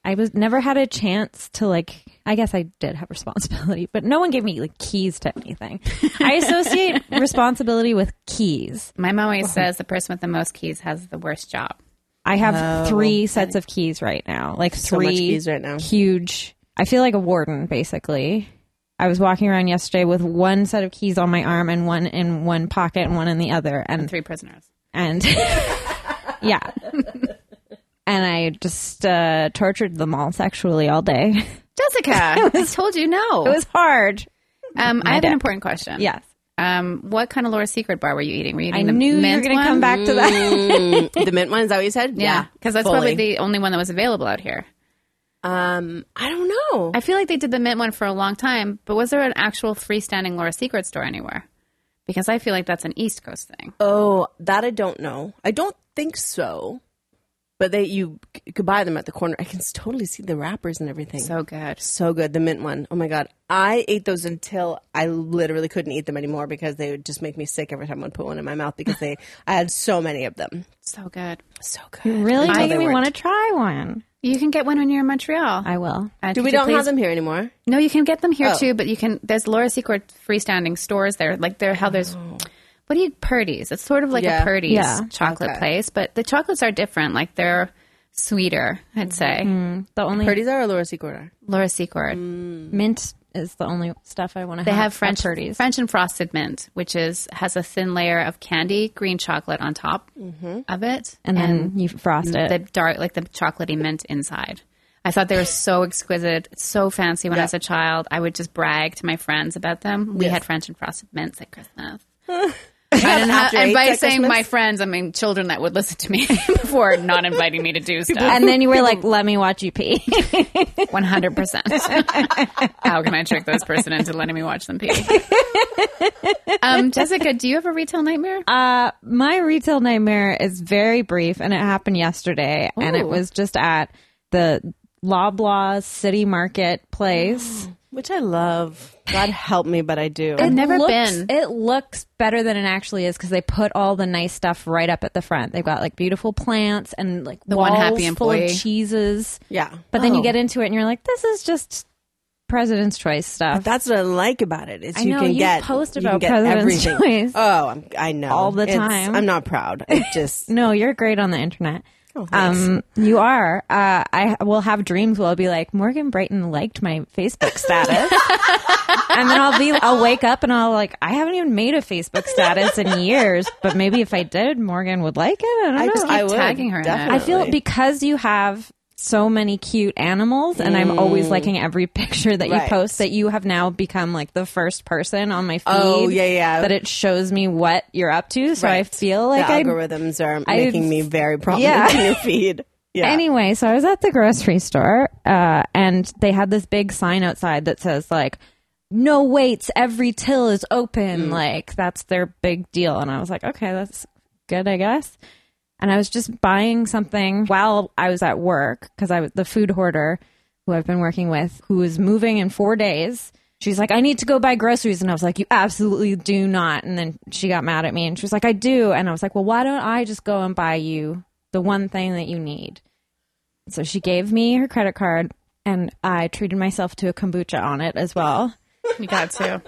[SPEAKER 3] I was never had a chance to like I guess I did have responsibility, but no one gave me like keys to anything. I associate responsibility with keys.
[SPEAKER 2] My mom always says the person with the most keys has the worst job.
[SPEAKER 3] I have three sets of keys right now. Like
[SPEAKER 4] Oh, so
[SPEAKER 3] three
[SPEAKER 4] much keys right now.
[SPEAKER 3] huge I feel like a warden basically. I was walking around yesterday with one set of keys on my arm and one in one pocket and one in the other and
[SPEAKER 2] Three prisoners.
[SPEAKER 3] and yeah. And I just uh, tortured them all sexually all day.
[SPEAKER 2] Jessica, I told you no.
[SPEAKER 3] It was hard.
[SPEAKER 2] um, I have an important question.
[SPEAKER 3] Yes.
[SPEAKER 2] Um, what kind of Laura's Secret bar were you eating? Were you
[SPEAKER 3] I
[SPEAKER 2] eating the
[SPEAKER 3] knew you were
[SPEAKER 2] mint
[SPEAKER 3] going to
[SPEAKER 2] one?
[SPEAKER 3] come back to that.
[SPEAKER 4] Mm, the mint one is that what you said?
[SPEAKER 2] Yeah, because that's probably
[SPEAKER 4] fully.
[SPEAKER 2] the only one that was available out here.
[SPEAKER 4] Um, I don't know.
[SPEAKER 2] I feel like they did the mint one for a long time, but was there an actual freestanding Laura's Secret store anywhere? Because I feel like that's an East Coast thing.
[SPEAKER 4] Oh, that I don't know. I don't think so. But they you c- could buy them at the corner. I can s- totally see the wrappers and everything. So,
[SPEAKER 2] So good.
[SPEAKER 4] good, the mint one. Oh my god, I ate those until I literally couldn't eat them anymore because they would just make me sick every time I would put one in my mouth because they I had so many of them.
[SPEAKER 2] So good.
[SPEAKER 4] So good.
[SPEAKER 3] really
[SPEAKER 4] Until
[SPEAKER 3] making
[SPEAKER 4] they
[SPEAKER 3] me
[SPEAKER 4] weren't.
[SPEAKER 3] want to try one.
[SPEAKER 2] You can get one when you're in Montreal.
[SPEAKER 3] I will.
[SPEAKER 2] Uh,
[SPEAKER 4] Do
[SPEAKER 2] could
[SPEAKER 4] we
[SPEAKER 2] you
[SPEAKER 4] don't
[SPEAKER 2] please-
[SPEAKER 4] have them here anymore?
[SPEAKER 2] No, you can get them here
[SPEAKER 4] Oh.
[SPEAKER 2] too, but you can. There's Laura Secret freestanding stores there. Like there, how there's. What do you Purdy's? It's sort of like
[SPEAKER 4] Oh. Yeah.
[SPEAKER 2] a Purdy's
[SPEAKER 3] Yeah.
[SPEAKER 2] chocolate place, but the chocolates are different. Like they're sweeter, I'd say.
[SPEAKER 4] Mm-hmm.
[SPEAKER 3] Mm, The only
[SPEAKER 4] Purdy's are or Laura Secret are?
[SPEAKER 2] Laura Secret.
[SPEAKER 3] mint is the only stuff I want to
[SPEAKER 2] They
[SPEAKER 4] Uh,
[SPEAKER 3] have.
[SPEAKER 2] have
[SPEAKER 3] at
[SPEAKER 2] French
[SPEAKER 3] Purdy's.
[SPEAKER 2] French and frosted mint, which is has a thin layer of candy green chocolate on top
[SPEAKER 4] Mm-hmm.
[SPEAKER 2] of it,
[SPEAKER 3] and then you frost it.
[SPEAKER 2] the dark like the chocolatey mint inside. I thought they were so exquisite, so fancy when I was a child. I would just brag to my friends about them. We had French and frosted mints at Christmas. I didn't have,
[SPEAKER 4] After eight
[SPEAKER 2] and by
[SPEAKER 4] at
[SPEAKER 2] saying my
[SPEAKER 4] Christmas?
[SPEAKER 2] friends, I mean children that would listen to me before not inviting me to do stuff.
[SPEAKER 3] and then you were like, let me watch you pee.
[SPEAKER 2] One hundred percent. How can I trick this person into letting me watch them pee? um, Jessica, do you have a retail nightmare?
[SPEAKER 3] Uh, my retail nightmare is very brief, and it happened yesterday, and it was just at the Loblaw City Market place.
[SPEAKER 4] Which I love. God help me, but I do.
[SPEAKER 2] I've never
[SPEAKER 3] looks-
[SPEAKER 2] been.
[SPEAKER 3] It looks better than it actually is because they put all the nice stuff right up at the front. They've got like beautiful plants and like
[SPEAKER 2] one
[SPEAKER 3] walls
[SPEAKER 2] happy
[SPEAKER 3] full
[SPEAKER 2] employee.
[SPEAKER 3] of cheeses.
[SPEAKER 4] yeah.
[SPEAKER 3] But then
[SPEAKER 4] Oh.
[SPEAKER 3] you get into it and you're like, this is just President's Choice stuff.
[SPEAKER 4] That's what I like about it. Is
[SPEAKER 3] I
[SPEAKER 4] you
[SPEAKER 3] know,
[SPEAKER 4] can
[SPEAKER 3] you
[SPEAKER 4] get
[SPEAKER 3] post
[SPEAKER 4] you can
[SPEAKER 3] about
[SPEAKER 4] get
[SPEAKER 3] President's
[SPEAKER 4] everything.
[SPEAKER 3] Choice.
[SPEAKER 4] Oh, I'm, I know
[SPEAKER 3] All the
[SPEAKER 4] It's-
[SPEAKER 3] time.
[SPEAKER 4] I'm not proud. It just
[SPEAKER 3] no, you're great on the internet.
[SPEAKER 4] Oh, thanks.
[SPEAKER 3] um, you are. Uh, I will have dreams where I'll be like, Morgan Brighton liked my Facebook status, and then I'll be, I'll wake up and I'll like, I haven't even made a Facebook status in years, but maybe if I did, Morgan would like it. I don't know.
[SPEAKER 2] keep tagging her in that.
[SPEAKER 3] I feel because you have so many cute animals, and I'm always liking every picture that you
[SPEAKER 4] Mm. Right.
[SPEAKER 3] post. That you have now become like the first person on my feed.
[SPEAKER 4] Oh, yeah, yeah.
[SPEAKER 3] That it shows me what you're up to, so I
[SPEAKER 4] Right.
[SPEAKER 3] feel
[SPEAKER 4] the
[SPEAKER 3] like I.
[SPEAKER 4] algorithms are
[SPEAKER 3] I-
[SPEAKER 4] making me very prominent
[SPEAKER 3] Yeah.
[SPEAKER 4] in your feed. Yeah,
[SPEAKER 3] Anyway, so I was at the grocery store, uh, and they had this big sign outside that says like. No waits, every till is open. Like, that's their big deal. And I was like, okay, that's good, I guess. and I was just buying something while I was at work because I was the food hoarder who I've been working with, who is moving in four days. She's like, I need to go buy groceries. And I was like, You absolutely do not. And then she got mad at me and she was like, I do. And I was like, Well, why don't I just go and buy you the one thing that you need? So she gave me her credit card and I treated myself to a kombucha on it as well.
[SPEAKER 2] You got to.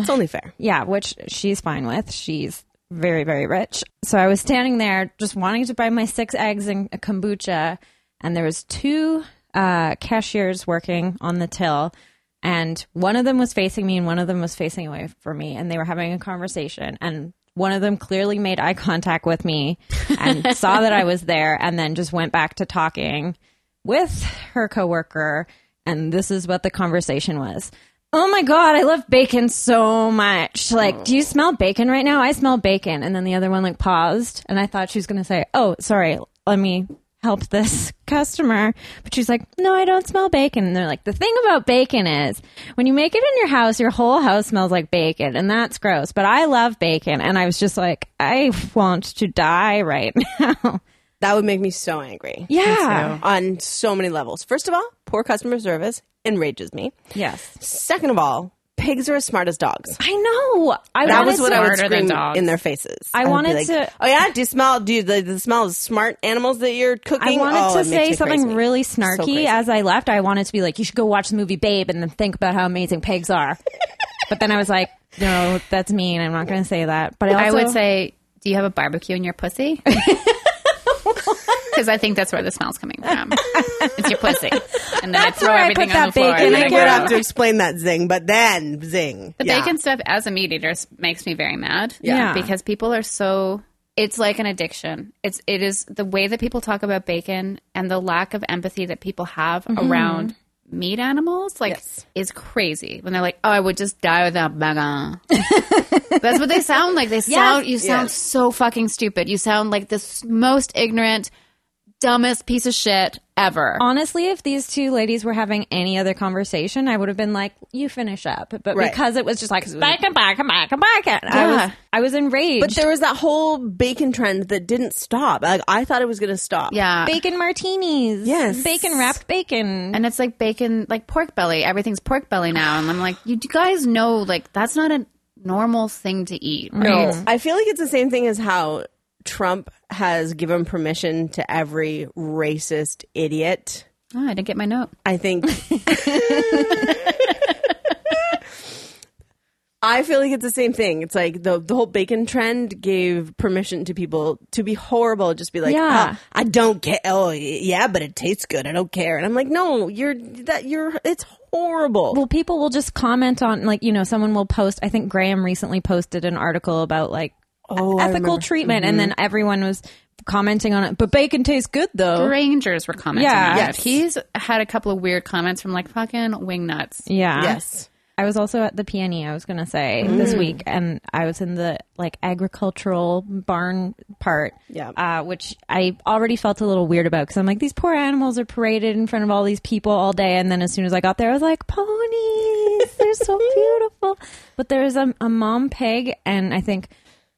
[SPEAKER 4] it's only fair.
[SPEAKER 3] Yeah, which she's fine with. She's very, very rich. So I was standing there just wanting to buy my six eggs and a kombucha, and there was two uh, cashiers working on the till, and one of them was facing me and one of them was facing away from me, and they were having a conversation, and one of them clearly made eye contact with me and saw that I was there, and then just went back to talking with her coworker, and this is what the conversation was. Oh my god, I love bacon so much. Like, do you smell bacon right now? I smell bacon. And then the other one like paused, and I thought she was going to say, "Oh, sorry, let me help this customer. But she's like, no, I don't smell bacon. And they're like, the thing about bacon is when you make it in your house, your whole house smells like bacon. And that's gross. But I love bacon. And I was just like, I want to die right now.
[SPEAKER 4] That would make me so angry.
[SPEAKER 3] Yeah.
[SPEAKER 4] On so many levels. First of all, poor customer service enrages me.
[SPEAKER 3] Yes.
[SPEAKER 4] Second of all, pigs are as smart as dogs.
[SPEAKER 3] I know. I
[SPEAKER 4] That
[SPEAKER 3] wanted
[SPEAKER 4] was what
[SPEAKER 3] to-
[SPEAKER 4] I would
[SPEAKER 2] Smarter than
[SPEAKER 4] scream
[SPEAKER 2] dogs.
[SPEAKER 4] in their faces.
[SPEAKER 3] I
[SPEAKER 4] would be
[SPEAKER 3] wanted
[SPEAKER 4] like,
[SPEAKER 3] to-
[SPEAKER 4] Oh yeah, do you smell? Do you, the, the smell of smart animals that you're
[SPEAKER 3] I
[SPEAKER 4] cooking?
[SPEAKER 3] wanted
[SPEAKER 4] Oh,
[SPEAKER 3] to
[SPEAKER 4] it makes
[SPEAKER 3] say
[SPEAKER 4] me
[SPEAKER 3] something
[SPEAKER 4] crazy.
[SPEAKER 3] really
[SPEAKER 4] So
[SPEAKER 3] snarky
[SPEAKER 4] crazy.
[SPEAKER 3] as I left. I wanted to be like, you should go watch the movie Babe and then think about how amazing pigs are. but then I was like, no, that's mean. I'm not going to say that. But
[SPEAKER 2] I
[SPEAKER 3] I, also,
[SPEAKER 2] would say, do you have a barbecue in your pussy? Because I think that's where the smell's coming from. It's your pussy, and then I throw
[SPEAKER 3] where I
[SPEAKER 2] everything
[SPEAKER 3] put
[SPEAKER 2] on
[SPEAKER 3] that
[SPEAKER 2] the floor. and
[SPEAKER 3] bacon
[SPEAKER 4] And
[SPEAKER 2] then
[SPEAKER 4] I
[SPEAKER 3] again.
[SPEAKER 2] go
[SPEAKER 4] would
[SPEAKER 2] out.
[SPEAKER 4] have to explain that zing, but then zing.
[SPEAKER 2] The
[SPEAKER 4] Yeah.
[SPEAKER 2] bacon stuff as a meat eater s- makes me very mad.
[SPEAKER 3] Yeah.
[SPEAKER 2] Because people are so it's like an addiction. It's it is the way that people talk about bacon and the lack of empathy that people have
[SPEAKER 4] Mm-hmm.
[SPEAKER 2] around meat animals like is crazy when they're like, "Oh, I would just die without bacon." That's what they sound like. They sound you sound
[SPEAKER 4] Yes.
[SPEAKER 2] so fucking stupid. You sound like the s- most ignorant dumbest piece of shit ever.
[SPEAKER 3] honestly, if these two ladies were having any other conversation, I would have been like, you finish up. But
[SPEAKER 4] Right.
[SPEAKER 3] because it was just like, back and back and back and back, and I
[SPEAKER 2] Yeah.
[SPEAKER 3] was, I was enraged.
[SPEAKER 4] But there was that whole bacon trend that didn't stop. Like I thought it was going to stop.
[SPEAKER 2] yeah.
[SPEAKER 3] bacon martinis.
[SPEAKER 4] Yes.
[SPEAKER 3] Bacon wrapped bacon.
[SPEAKER 2] and it's like bacon, like pork belly. Everything's pork belly now, and I'm like, you guys know, like that's not a normal thing to eat. Right?
[SPEAKER 4] No, I feel like it's the same thing as how Trump has given permission to every racist idiot.
[SPEAKER 2] Oh, I didn't get my note.
[SPEAKER 4] I think. I feel like it's the same thing. It's like the the whole bacon trend gave permission to people to be horrible, just be like,
[SPEAKER 3] Yeah.
[SPEAKER 4] "Oh, I don't care. Oh, y- yeah, but it tastes good. I don't care." And I'm like, "No, you're that you're it's horrible."
[SPEAKER 3] well, people will just comment on, like, you know, someone will post. I think Graham recently posted an article about, like, e-
[SPEAKER 4] Oh, I Mm-hmm.
[SPEAKER 3] ethical treatment. And then everyone was commenting on it. But bacon tastes good, though.
[SPEAKER 2] Rangers were commenting.
[SPEAKER 3] Yeah.
[SPEAKER 2] on
[SPEAKER 3] Yes.
[SPEAKER 2] it. he's had a couple of weird comments from like fucking wing nuts.
[SPEAKER 3] Yeah.
[SPEAKER 4] yes.
[SPEAKER 3] I was also at the peony, I was going to say, this week, and I was in the like agricultural barn part,
[SPEAKER 4] Yeah.
[SPEAKER 3] uh, which I already felt a little weird about because I'm like, these poor animals are paraded in front of all these people all day. And then as soon as I got there, I was like, ponies, they're so beautiful. But there was a, a mom pig and I think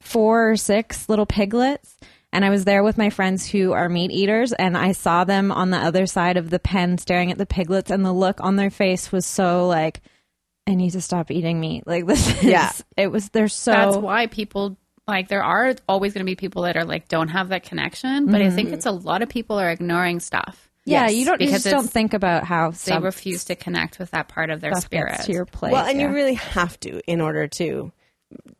[SPEAKER 3] four or six little piglets. And I was there with my friends who are meat eaters, and I saw them on the other side of the pen staring at the piglets, and the look on their face was so like, I need to stop eating meat. Like this is
[SPEAKER 4] Yeah.
[SPEAKER 3] it was they're so
[SPEAKER 2] That's why people like there are always going to be people that are like don't have that connection. But I think it's a lot of people are ignoring stuff.
[SPEAKER 3] Mm-hmm. Yeah, you don't you
[SPEAKER 2] because
[SPEAKER 3] just don't
[SPEAKER 2] it's-
[SPEAKER 3] think about how
[SPEAKER 2] They
[SPEAKER 3] stuff
[SPEAKER 2] refuse to connect with that part of their spirit.
[SPEAKER 3] gets to your plate.
[SPEAKER 4] Well, and
[SPEAKER 3] yeah.
[SPEAKER 4] you really have to in order to.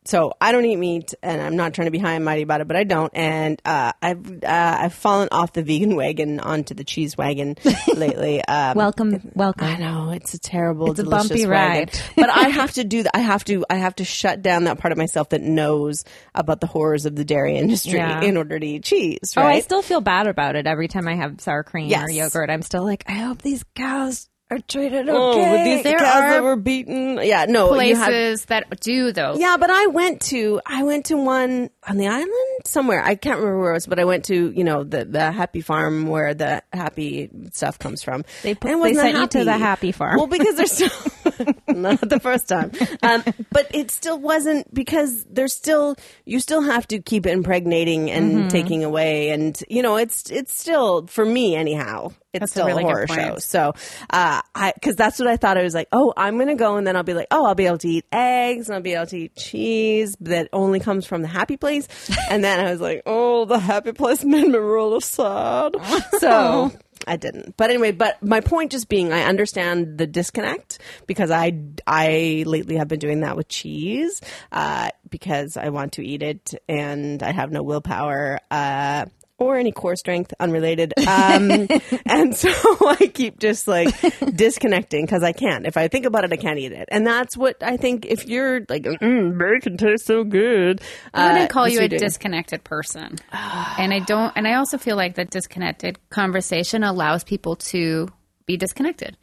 [SPEAKER 4] So I don't eat meat, and I'm not trying to be high and mighty about it, but I don't. And uh, I've uh, I've fallen off the vegan wagon onto the cheese wagon lately. Um,
[SPEAKER 3] welcome welcome.
[SPEAKER 4] I know it's a terrible,
[SPEAKER 3] a
[SPEAKER 4] delicious
[SPEAKER 3] bumpy
[SPEAKER 4] wagon.
[SPEAKER 3] ride.
[SPEAKER 4] but I have to do that. I have to. I have to shut down that part of myself that knows about the horrors of the dairy industry
[SPEAKER 3] Yeah.
[SPEAKER 4] in order to eat cheese.
[SPEAKER 3] Oh, I
[SPEAKER 4] Right?
[SPEAKER 3] still feel bad about it every time I have sour cream or
[SPEAKER 4] Yes.
[SPEAKER 3] yogurt. I'm still like, I hope these cows are treated
[SPEAKER 4] Oh,
[SPEAKER 3] okay.
[SPEAKER 4] with these
[SPEAKER 2] There
[SPEAKER 4] cows
[SPEAKER 2] are
[SPEAKER 4] that were beaten. Yeah, no, you have-
[SPEAKER 2] Places that do though.
[SPEAKER 4] Yeah, but I went to I went to one on the island somewhere. I can't remember where it was, but I went to you know the the happy farm where the happy stuff comes from.
[SPEAKER 3] They put-
[SPEAKER 4] And it
[SPEAKER 3] they
[SPEAKER 4] wasn't
[SPEAKER 3] sent you to the happy farm.
[SPEAKER 4] Well, because there's still not the first time, um, but it still wasn't because there's still you still have to keep impregnating and
[SPEAKER 2] Mm-hmm.
[SPEAKER 4] taking away, and you know it's it's still for me anyhow. It's
[SPEAKER 2] That's a
[SPEAKER 4] still a,
[SPEAKER 2] really good
[SPEAKER 4] horror
[SPEAKER 2] point.
[SPEAKER 4] show. So, uh, I because that's what I thought. I was like, oh, I'm gonna go, and then I'll be like, oh, I'll be able to eat eggs, and I'll be able to eat cheese that only comes from the happy place. and then I was like, oh, the happy place made me really sad.
[SPEAKER 2] Oh.
[SPEAKER 4] so. I didn't. But anyway, but my point just being I understand the disconnect because I I lately have been doing that with cheese uh, because I want to eat it and I have no willpower uh, or any core strength unrelated. Um, and so I keep just like disconnecting because I can't. If I think about it, I can't eat it. And that's what I think if you're like, mm, bacon tastes so good. uh,
[SPEAKER 2] I wouldn't call you a
[SPEAKER 4] disconnect.
[SPEAKER 2] disconnected person. and I don't and I also feel like the disconnected conversation allows people to be disconnected.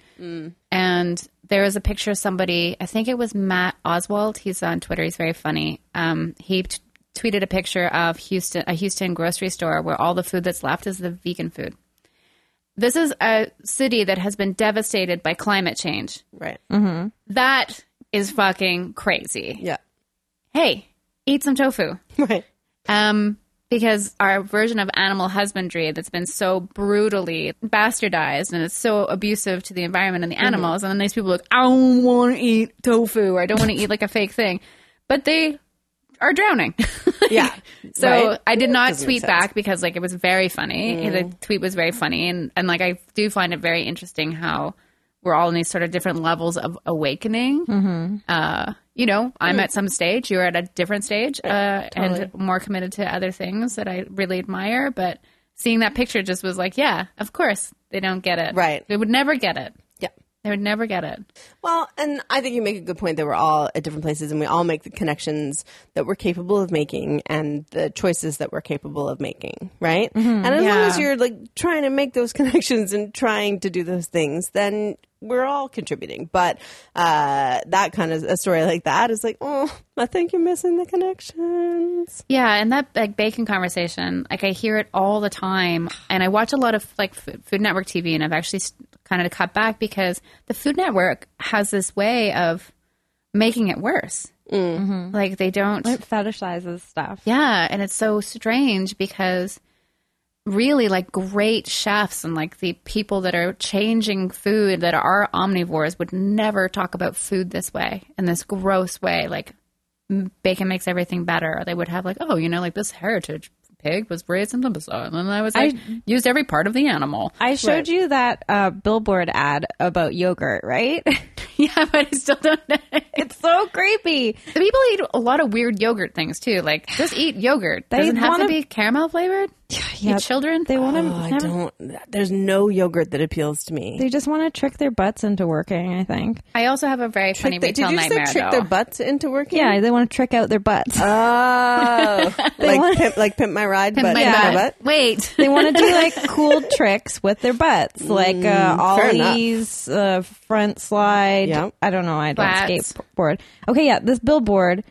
[SPEAKER 2] And there is a picture of somebody, I think it was Matt Oswald, he's on Twitter, he's very funny. Um, he t- tweeted a picture of Houston a Houston grocery store where all the food that's left is the vegan food. This is a city that has been devastated by climate change.
[SPEAKER 4] Right.
[SPEAKER 2] Mm. That is fucking crazy.
[SPEAKER 4] Yeah.
[SPEAKER 2] Hey, eat some tofu.
[SPEAKER 4] Right.
[SPEAKER 2] Um, because our version of animal husbandry that's been so brutally bastardized and it's so abusive to the environment and the animals, and then these people are like, I don't want to eat tofu or I don't want to eat like a fake thing, but they are drowning.
[SPEAKER 4] Yeah.
[SPEAKER 2] So
[SPEAKER 4] Right.
[SPEAKER 2] I did not
[SPEAKER 4] Doesn't make
[SPEAKER 2] tweet
[SPEAKER 4] sense. Mm-hmm.
[SPEAKER 2] back because like it was very funny. The tweet was very funny, and and like I do find it very interesting how we're all in these sort of different levels of awakening.
[SPEAKER 4] Mm-hmm.
[SPEAKER 2] Uh, you know, I'm
[SPEAKER 4] Mm.
[SPEAKER 2] at some stage, you're at a different stage, uh, and more committed to other things that I really admire. But seeing that picture just was like, yeah, of course they don't get it.
[SPEAKER 4] Right.
[SPEAKER 2] They would never get it.
[SPEAKER 4] Yeah.
[SPEAKER 2] They would never get it.
[SPEAKER 4] Well, and I think you make a good point that we're all at different places and we all make the connections that we're capable of making and the choices that we're capable of making, right? and as long as
[SPEAKER 2] Mm-hmm. Yeah.
[SPEAKER 4] you're like trying to make those connections and trying to do those things, then we're all contributing. But uh, that kind of a story like that is like, oh, I think you're missing the connections.
[SPEAKER 2] Yeah, and that like bacon conversation, like I hear it all the time, and I watch a lot of like F- Food Network TV, and I've actually kind of cut back because the Food Network has this way of making it worse. Mm-hmm. Like they don't,
[SPEAKER 3] It fetishizes stuff.
[SPEAKER 2] yeah, and it's so strange because really like great chefs and like the people that are changing food that are omnivores would never talk about food this way in this gross way like m- bacon makes everything better or they would have like oh you know like this heritage pig was raised in Limbazar and then I was like used every part of the animal
[SPEAKER 3] I showed you that uh, billboard ad about yogurt, right?
[SPEAKER 2] yeah but I still don't know the
[SPEAKER 3] it's so creepy.
[SPEAKER 2] people eat a lot of weird yogurt things too like just eat yogurt
[SPEAKER 3] They
[SPEAKER 2] doesn't have to
[SPEAKER 3] wanna-
[SPEAKER 2] be caramel flavored
[SPEAKER 3] Yeah,
[SPEAKER 2] you children
[SPEAKER 3] They want to.
[SPEAKER 4] Oh, I don't. There's no yogurt that appeals to me.
[SPEAKER 3] They just want to trick their butts into working. I think.
[SPEAKER 2] I also have a very funny
[SPEAKER 4] They-
[SPEAKER 2] retail
[SPEAKER 4] did you just say
[SPEAKER 2] nightmare
[SPEAKER 4] trick
[SPEAKER 2] though.
[SPEAKER 4] their butts into working?
[SPEAKER 3] Yeah, they want to trick out their butts.
[SPEAKER 4] Oh, like pimp, like pimp my ride, but
[SPEAKER 2] my
[SPEAKER 4] pimp my
[SPEAKER 2] butt.
[SPEAKER 4] butt.
[SPEAKER 2] Wait.
[SPEAKER 3] they want to do like cool tricks with their butts, like uh,
[SPEAKER 4] Mm, fair enough.
[SPEAKER 3] ollies, uh, front slide.
[SPEAKER 4] Yep.
[SPEAKER 3] I don't know. I don't
[SPEAKER 2] Flats.
[SPEAKER 3] skateboard. Okay, yeah, this billboard.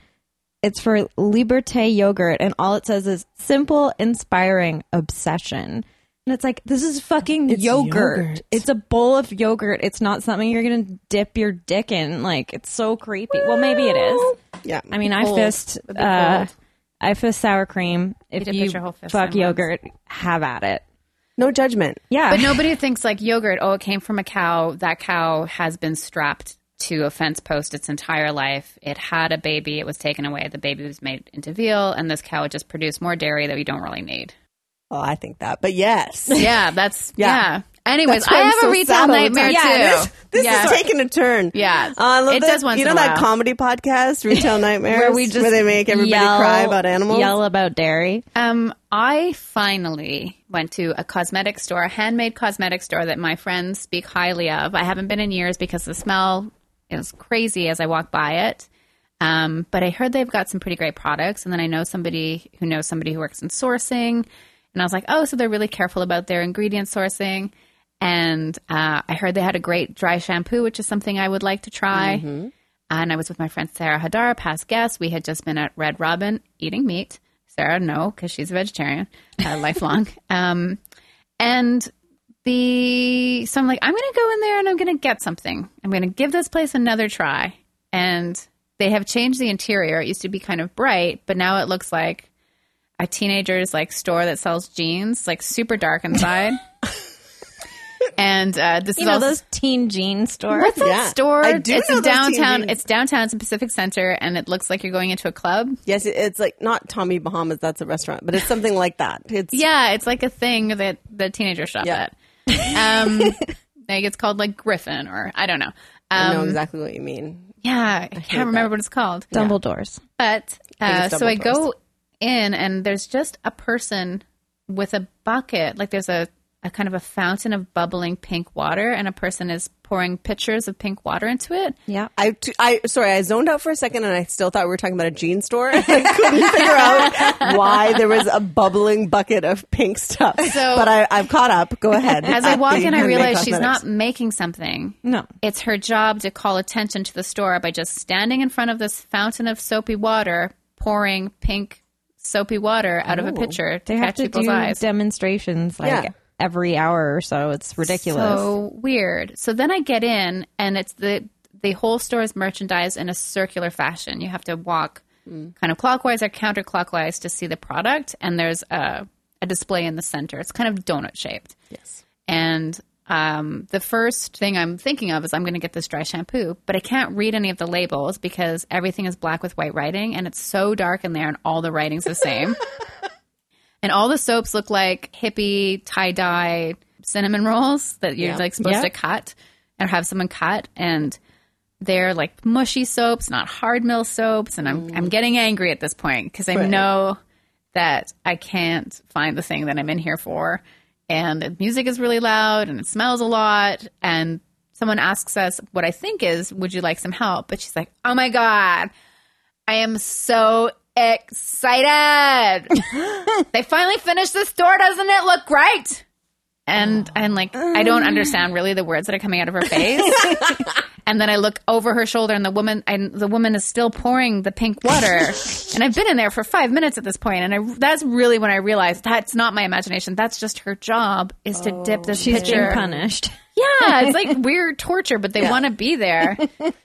[SPEAKER 3] It's for Liberté yogurt, and all it says is "simple, inspiring obsession." And it's like this is fucking yogurt.
[SPEAKER 4] yogurt.
[SPEAKER 3] It's a bowl of yogurt. It's not something you're gonna dip your dick in. Like it's so creepy. Well, maybe it is.
[SPEAKER 4] Yeah.
[SPEAKER 3] I mean, I
[SPEAKER 2] Cold.
[SPEAKER 3] fist,
[SPEAKER 2] Would be
[SPEAKER 3] uh,
[SPEAKER 2] cold.
[SPEAKER 3] I fist sour cream. If
[SPEAKER 2] did
[SPEAKER 3] you,
[SPEAKER 2] put your whole fist
[SPEAKER 3] fuck
[SPEAKER 2] in once.
[SPEAKER 3] yogurt, have at it.
[SPEAKER 4] No judgment.
[SPEAKER 3] Yeah,
[SPEAKER 2] But nobody thinks like yogurt, oh, it came from a cow. That cow has been strapped to a fence post its entire life. It had a baby. It was taken away. The baby was made into veal. And this cow just produced more dairy that we don't really need.
[SPEAKER 4] Oh, I think that. But yes.
[SPEAKER 2] Yeah, that's,
[SPEAKER 4] Yeah.
[SPEAKER 2] yeah. Anyways,
[SPEAKER 4] That's why
[SPEAKER 2] I
[SPEAKER 4] I'm
[SPEAKER 2] have
[SPEAKER 4] so
[SPEAKER 2] a
[SPEAKER 4] sad all
[SPEAKER 2] retail
[SPEAKER 4] the
[SPEAKER 2] nightmare
[SPEAKER 4] time.
[SPEAKER 2] too.
[SPEAKER 4] Yeah, This, this
[SPEAKER 2] Yeah.
[SPEAKER 4] is taking a turn.
[SPEAKER 2] Yeah.
[SPEAKER 4] Uh, I love
[SPEAKER 2] It
[SPEAKER 4] that.
[SPEAKER 2] does once
[SPEAKER 4] you know
[SPEAKER 2] in a
[SPEAKER 4] that
[SPEAKER 2] while.
[SPEAKER 4] comedy podcast, Retail Nightmares,
[SPEAKER 3] where we just
[SPEAKER 4] they make everybody
[SPEAKER 3] yell-
[SPEAKER 4] cry about animals.
[SPEAKER 3] yell about dairy.
[SPEAKER 2] Um, I finally went to a cosmetic store, a handmade cosmetic store that my friends speak highly of. I haven't been in years because the smell is crazy as I walk by it. Um, but I heard they've got some pretty great products, and then I know somebody who knows somebody who works in sourcing, and I was like, oh, so they're really careful about their ingredient sourcing. And uh, I heard they had a great dry shampoo, which is something I would like to try. And I was with my friend Sarah Hadar, past guest. We had just been at Red Robin eating meat. Sarah, no, because she's a vegetarian, uh, lifelong. Um, and the so I'm like, I'm gonna go in there and I'm gonna get something. I'm gonna give this place another try. And they have changed the interior. It used to be kind of bright, but now it looks like a teenager's like store that sells jeans, like super dark inside. and uh, this
[SPEAKER 3] You
[SPEAKER 2] is
[SPEAKER 3] know
[SPEAKER 2] also-
[SPEAKER 3] those teen jean stores.
[SPEAKER 2] What's that
[SPEAKER 4] Yeah.
[SPEAKER 2] store?
[SPEAKER 4] I do
[SPEAKER 2] it's
[SPEAKER 4] know
[SPEAKER 2] in
[SPEAKER 4] those
[SPEAKER 2] downtown.
[SPEAKER 4] TVs.
[SPEAKER 2] It's downtown. It's in Pacific Center, and it looks like you're going into a club.
[SPEAKER 4] Yes, it, it's like not Tommy Bahamas, that's a restaurant, but it's something like that. It's
[SPEAKER 2] Yeah, it's like a thing that the teenagers shop
[SPEAKER 4] Yeah.
[SPEAKER 2] at. Um, like it's called like Griffin, or I don't know.
[SPEAKER 4] I know
[SPEAKER 2] Um,
[SPEAKER 4] exactly what you mean.
[SPEAKER 2] yeah, I can't remember what it's called.
[SPEAKER 3] Dumbledore's.
[SPEAKER 2] But uh,
[SPEAKER 4] it's
[SPEAKER 2] so I
[SPEAKER 4] double
[SPEAKER 2] go in, and there's just a person with a bucket. Like there's a, a kind of a fountain of bubbling pink water, and a person is pouring pitchers of pink water into it.
[SPEAKER 3] Yeah.
[SPEAKER 4] I, t- I sorry, I zoned out for a second, and I still thought we were talking about a jean store. I couldn't figure out why there was a bubbling bucket of pink stuff.
[SPEAKER 2] So-
[SPEAKER 4] but I, I've caught up. Go ahead.
[SPEAKER 2] As I
[SPEAKER 4] At
[SPEAKER 2] walk
[SPEAKER 4] the
[SPEAKER 2] in, I
[SPEAKER 4] handmade
[SPEAKER 2] realize she's
[SPEAKER 4] cosmetics.
[SPEAKER 2] not making something.
[SPEAKER 3] No.
[SPEAKER 2] It's her job to call attention to the store by just standing in front of this fountain of soapy water, pouring pink soapy water out of a pitcher to
[SPEAKER 3] Oh, They have
[SPEAKER 2] catch
[SPEAKER 3] to
[SPEAKER 2] people's
[SPEAKER 3] do
[SPEAKER 2] eyes.
[SPEAKER 3] demonstrations like
[SPEAKER 4] Yeah.
[SPEAKER 3] every hour or so. It's ridiculous.
[SPEAKER 2] So weird. So then I get in, and it's the the whole store is merchandise in a circular fashion. You have to walk kind of clockwise or counterclockwise to see the product, and there's a a display in the center. It's kind of donut shaped.
[SPEAKER 4] Yes.
[SPEAKER 2] And um, the first thing I'm thinking of is I'm going to get this dry shampoo, but I can't read any of the labels because everything is black with white writing, and it's so dark in there, and all the writing's the same. and all the soaps look like hippie tie dye cinnamon rolls that you're like supposed
[SPEAKER 3] Yeah.
[SPEAKER 2] to cut or have someone cut, and they're like mushy soaps, not hard mill soaps. And I'm
[SPEAKER 3] Mm.
[SPEAKER 2] I'm getting angry at this point because I know that I can't find the thing that I'm in here for. And the music is really loud and it smells a lot. And someone asks us what I think is, would you like some help? But she's like, oh my God, I am so excited. they finally finished the store. Doesn't it look great? And and like I don't understand really the words that are coming out of her face. and then I look over her shoulder, and the woman and the woman is still pouring the pink water. and I've been in there for five minutes at this point, and I, that's really when I realized that's not my imagination. That's just her job is to dip this
[SPEAKER 3] She's being
[SPEAKER 2] picture.
[SPEAKER 3] punished.
[SPEAKER 2] Yeah, it's like weird torture, but they want to be there.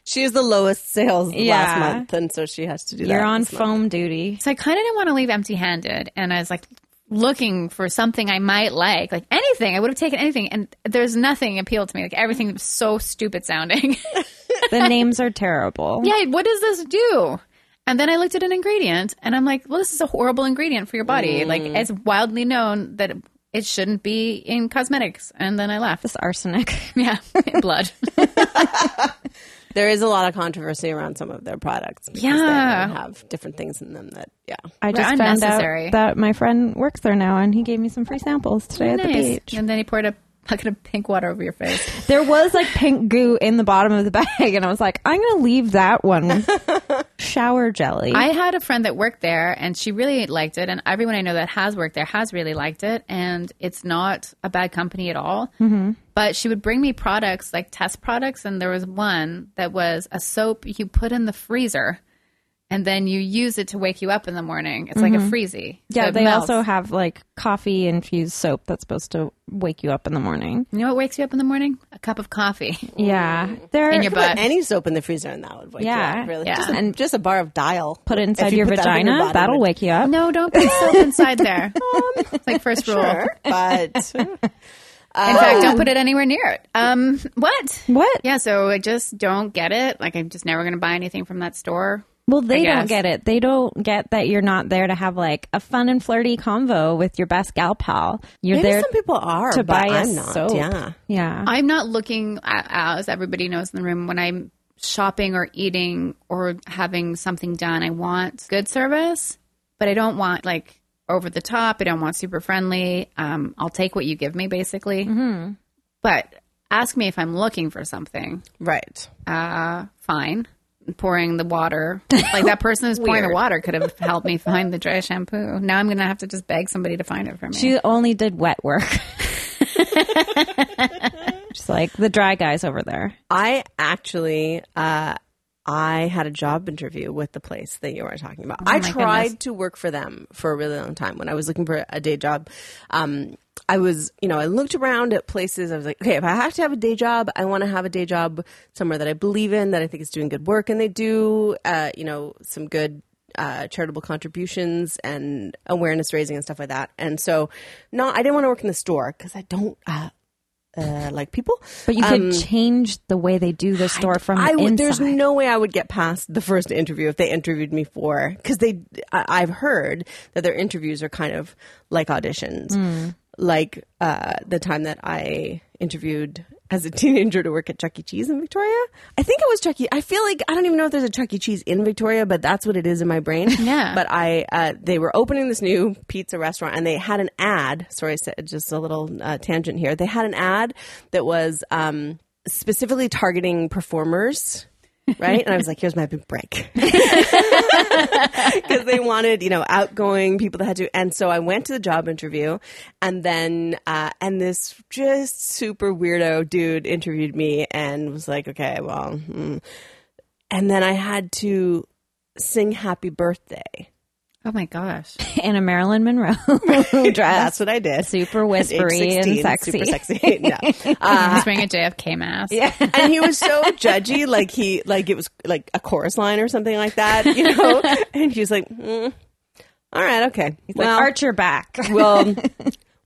[SPEAKER 4] She is the lowest sales
[SPEAKER 3] Yeah.
[SPEAKER 4] last month, and so she has to do that.
[SPEAKER 3] You're on
[SPEAKER 4] this month.
[SPEAKER 3] foam duty.
[SPEAKER 2] So I kind of didn't want to leave empty handed. And I was like looking for something I might like, like anything. I would have taken anything. And there's nothing appealed to me. Like everything
[SPEAKER 3] Mm.
[SPEAKER 2] was so stupid sounding.
[SPEAKER 3] The names are terrible.
[SPEAKER 2] yeah, what does this do? And then I looked at an ingredient and I'm like, well, this is a horrible ingredient for your body. Like
[SPEAKER 3] Mm.
[SPEAKER 2] it's wildly known that it shouldn't be in cosmetics. And then I left.
[SPEAKER 3] It's arsenic.
[SPEAKER 2] Yeah, in blood.
[SPEAKER 4] There is a lot of controversy around some of their products. because
[SPEAKER 2] Yeah.
[SPEAKER 4] they have different things in them that yeah.
[SPEAKER 3] I
[SPEAKER 2] just
[SPEAKER 3] just
[SPEAKER 2] found out
[SPEAKER 3] found
[SPEAKER 2] unnecessary.
[SPEAKER 3] out that my friend works there now, and he gave me some free samples today at the
[SPEAKER 2] Oh, nice.
[SPEAKER 3] beach.
[SPEAKER 2] And then he poured a bucket of pink water over your face.
[SPEAKER 3] There was like pink goo in the bottom of the bag, and I was like, I'm going to leave that one with shower jelly.
[SPEAKER 2] I had a friend that worked there and she really liked it. And everyone I know that has worked there has really liked it. And it's not a bad company at all. Mm-hmm. But she would bring me products, like test products. And there was one that was a soap you put in the freezer and then you use it to wake you up in the morning. It's like a freezy. So
[SPEAKER 3] Mm-hmm. yeah,
[SPEAKER 2] it
[SPEAKER 3] they
[SPEAKER 2] melts.
[SPEAKER 3] also have like coffee infused soap that's supposed to wake you up in the morning.
[SPEAKER 2] You know what wakes you up in the morning? A cup of coffee.
[SPEAKER 3] Yeah, they're
[SPEAKER 2] In your
[SPEAKER 4] Put
[SPEAKER 2] butt.
[SPEAKER 4] any soap in the freezer and that would wake
[SPEAKER 3] Yeah.
[SPEAKER 4] you up. Really,
[SPEAKER 2] Yeah.
[SPEAKER 4] just a, and just a bar of Dial
[SPEAKER 3] put it
[SPEAKER 4] If
[SPEAKER 3] inside
[SPEAKER 4] you
[SPEAKER 3] your
[SPEAKER 4] put that up in
[SPEAKER 3] vagina.
[SPEAKER 4] body,
[SPEAKER 3] That'll
[SPEAKER 4] it would-
[SPEAKER 3] wake you up.
[SPEAKER 2] No, don't put soap inside there. It's like first rule.
[SPEAKER 4] But
[SPEAKER 2] In fact,
[SPEAKER 3] Oh.
[SPEAKER 2] don't put it anywhere near it. Um, what?
[SPEAKER 3] What?
[SPEAKER 2] Yeah, so I just don't get it. Like, I'm just never going to buy anything from that store.
[SPEAKER 3] Well, they
[SPEAKER 2] I
[SPEAKER 3] don't
[SPEAKER 2] guess.
[SPEAKER 3] get it. They don't get that you're not there to have like a fun and flirty convo with your best gal pal. You're
[SPEAKER 4] maybe
[SPEAKER 3] there
[SPEAKER 4] some people are,
[SPEAKER 3] to
[SPEAKER 4] but
[SPEAKER 3] buy a
[SPEAKER 4] I'm not.
[SPEAKER 3] soap.
[SPEAKER 4] Yeah,
[SPEAKER 3] Yeah.
[SPEAKER 2] I'm not looking, at, as everybody knows in the room, when I'm shopping or eating or having something done, I want good service, but I don't want like over the top. I don't want super friendly. Um, I'll take what you give me, basically. But ask me if I'm looking for something.
[SPEAKER 4] right.
[SPEAKER 2] uh, fine. Pouring the water, like that person who's pouring the water could have helped me find the dry shampoo. Now I'm gonna have to just beg somebody to find it for me.
[SPEAKER 3] She only did wet work. Just like the dry guys over there.
[SPEAKER 4] I actually, uh, I had a job interview with the place that you were talking
[SPEAKER 3] Oh
[SPEAKER 4] about. I tried to work for them for a really long time when I was looking for a day job. Um, I was, you know, I looked around at places. I was like, okay, if I have to have a day job, I want to have a day job somewhere that I believe in, that I think is doing good work, and they do, uh, you know, some good uh, charitable contributions and awareness raising and stuff like that. And so, no, I didn't want to work in the store because I don't uh, uh, like people.
[SPEAKER 3] But you could change the way they do the store from
[SPEAKER 4] Um, I would.
[SPEAKER 3] inside.
[SPEAKER 4] There's no way I would get past the first interview if they interviewed me for because they. I, I've heard that their interviews are kind of like auditions, like uh, the time that I interviewed as a teenager to work at Chuck E. Cheese in Victoria. I think it was Chuck E. I feel like I don't even know if there's a Chuck E. Cheese in Victoria, but that's what it is in my brain.
[SPEAKER 2] Yeah.
[SPEAKER 4] But I, uh, they were opening this new pizza restaurant, and they had an ad. Sorry, I said- just a little uh, tangent here. They had an ad that was. Um, specifically targeting performers right and i was like here's my big break because they wanted you know outgoing people that had to and so i went to the job interview and then uh, and this just super weirdo dude interviewed me and was like okay well hmm. and then i had to sing happy birthday
[SPEAKER 2] Oh my gosh.
[SPEAKER 3] in a Marilyn Monroe dress.
[SPEAKER 4] That's what I did.
[SPEAKER 3] Ah, Super whispery
[SPEAKER 4] Age
[SPEAKER 3] and
[SPEAKER 4] 16,
[SPEAKER 3] sexy.
[SPEAKER 4] Super sexy. yeah.
[SPEAKER 2] He's wearing a JFK mask. Yeah.
[SPEAKER 4] and he was so judgy like he like it was like a chorus line or something like that you know and he was like mm, all right okay
[SPEAKER 3] Like,
[SPEAKER 4] well,
[SPEAKER 3] arch your back.
[SPEAKER 4] we'll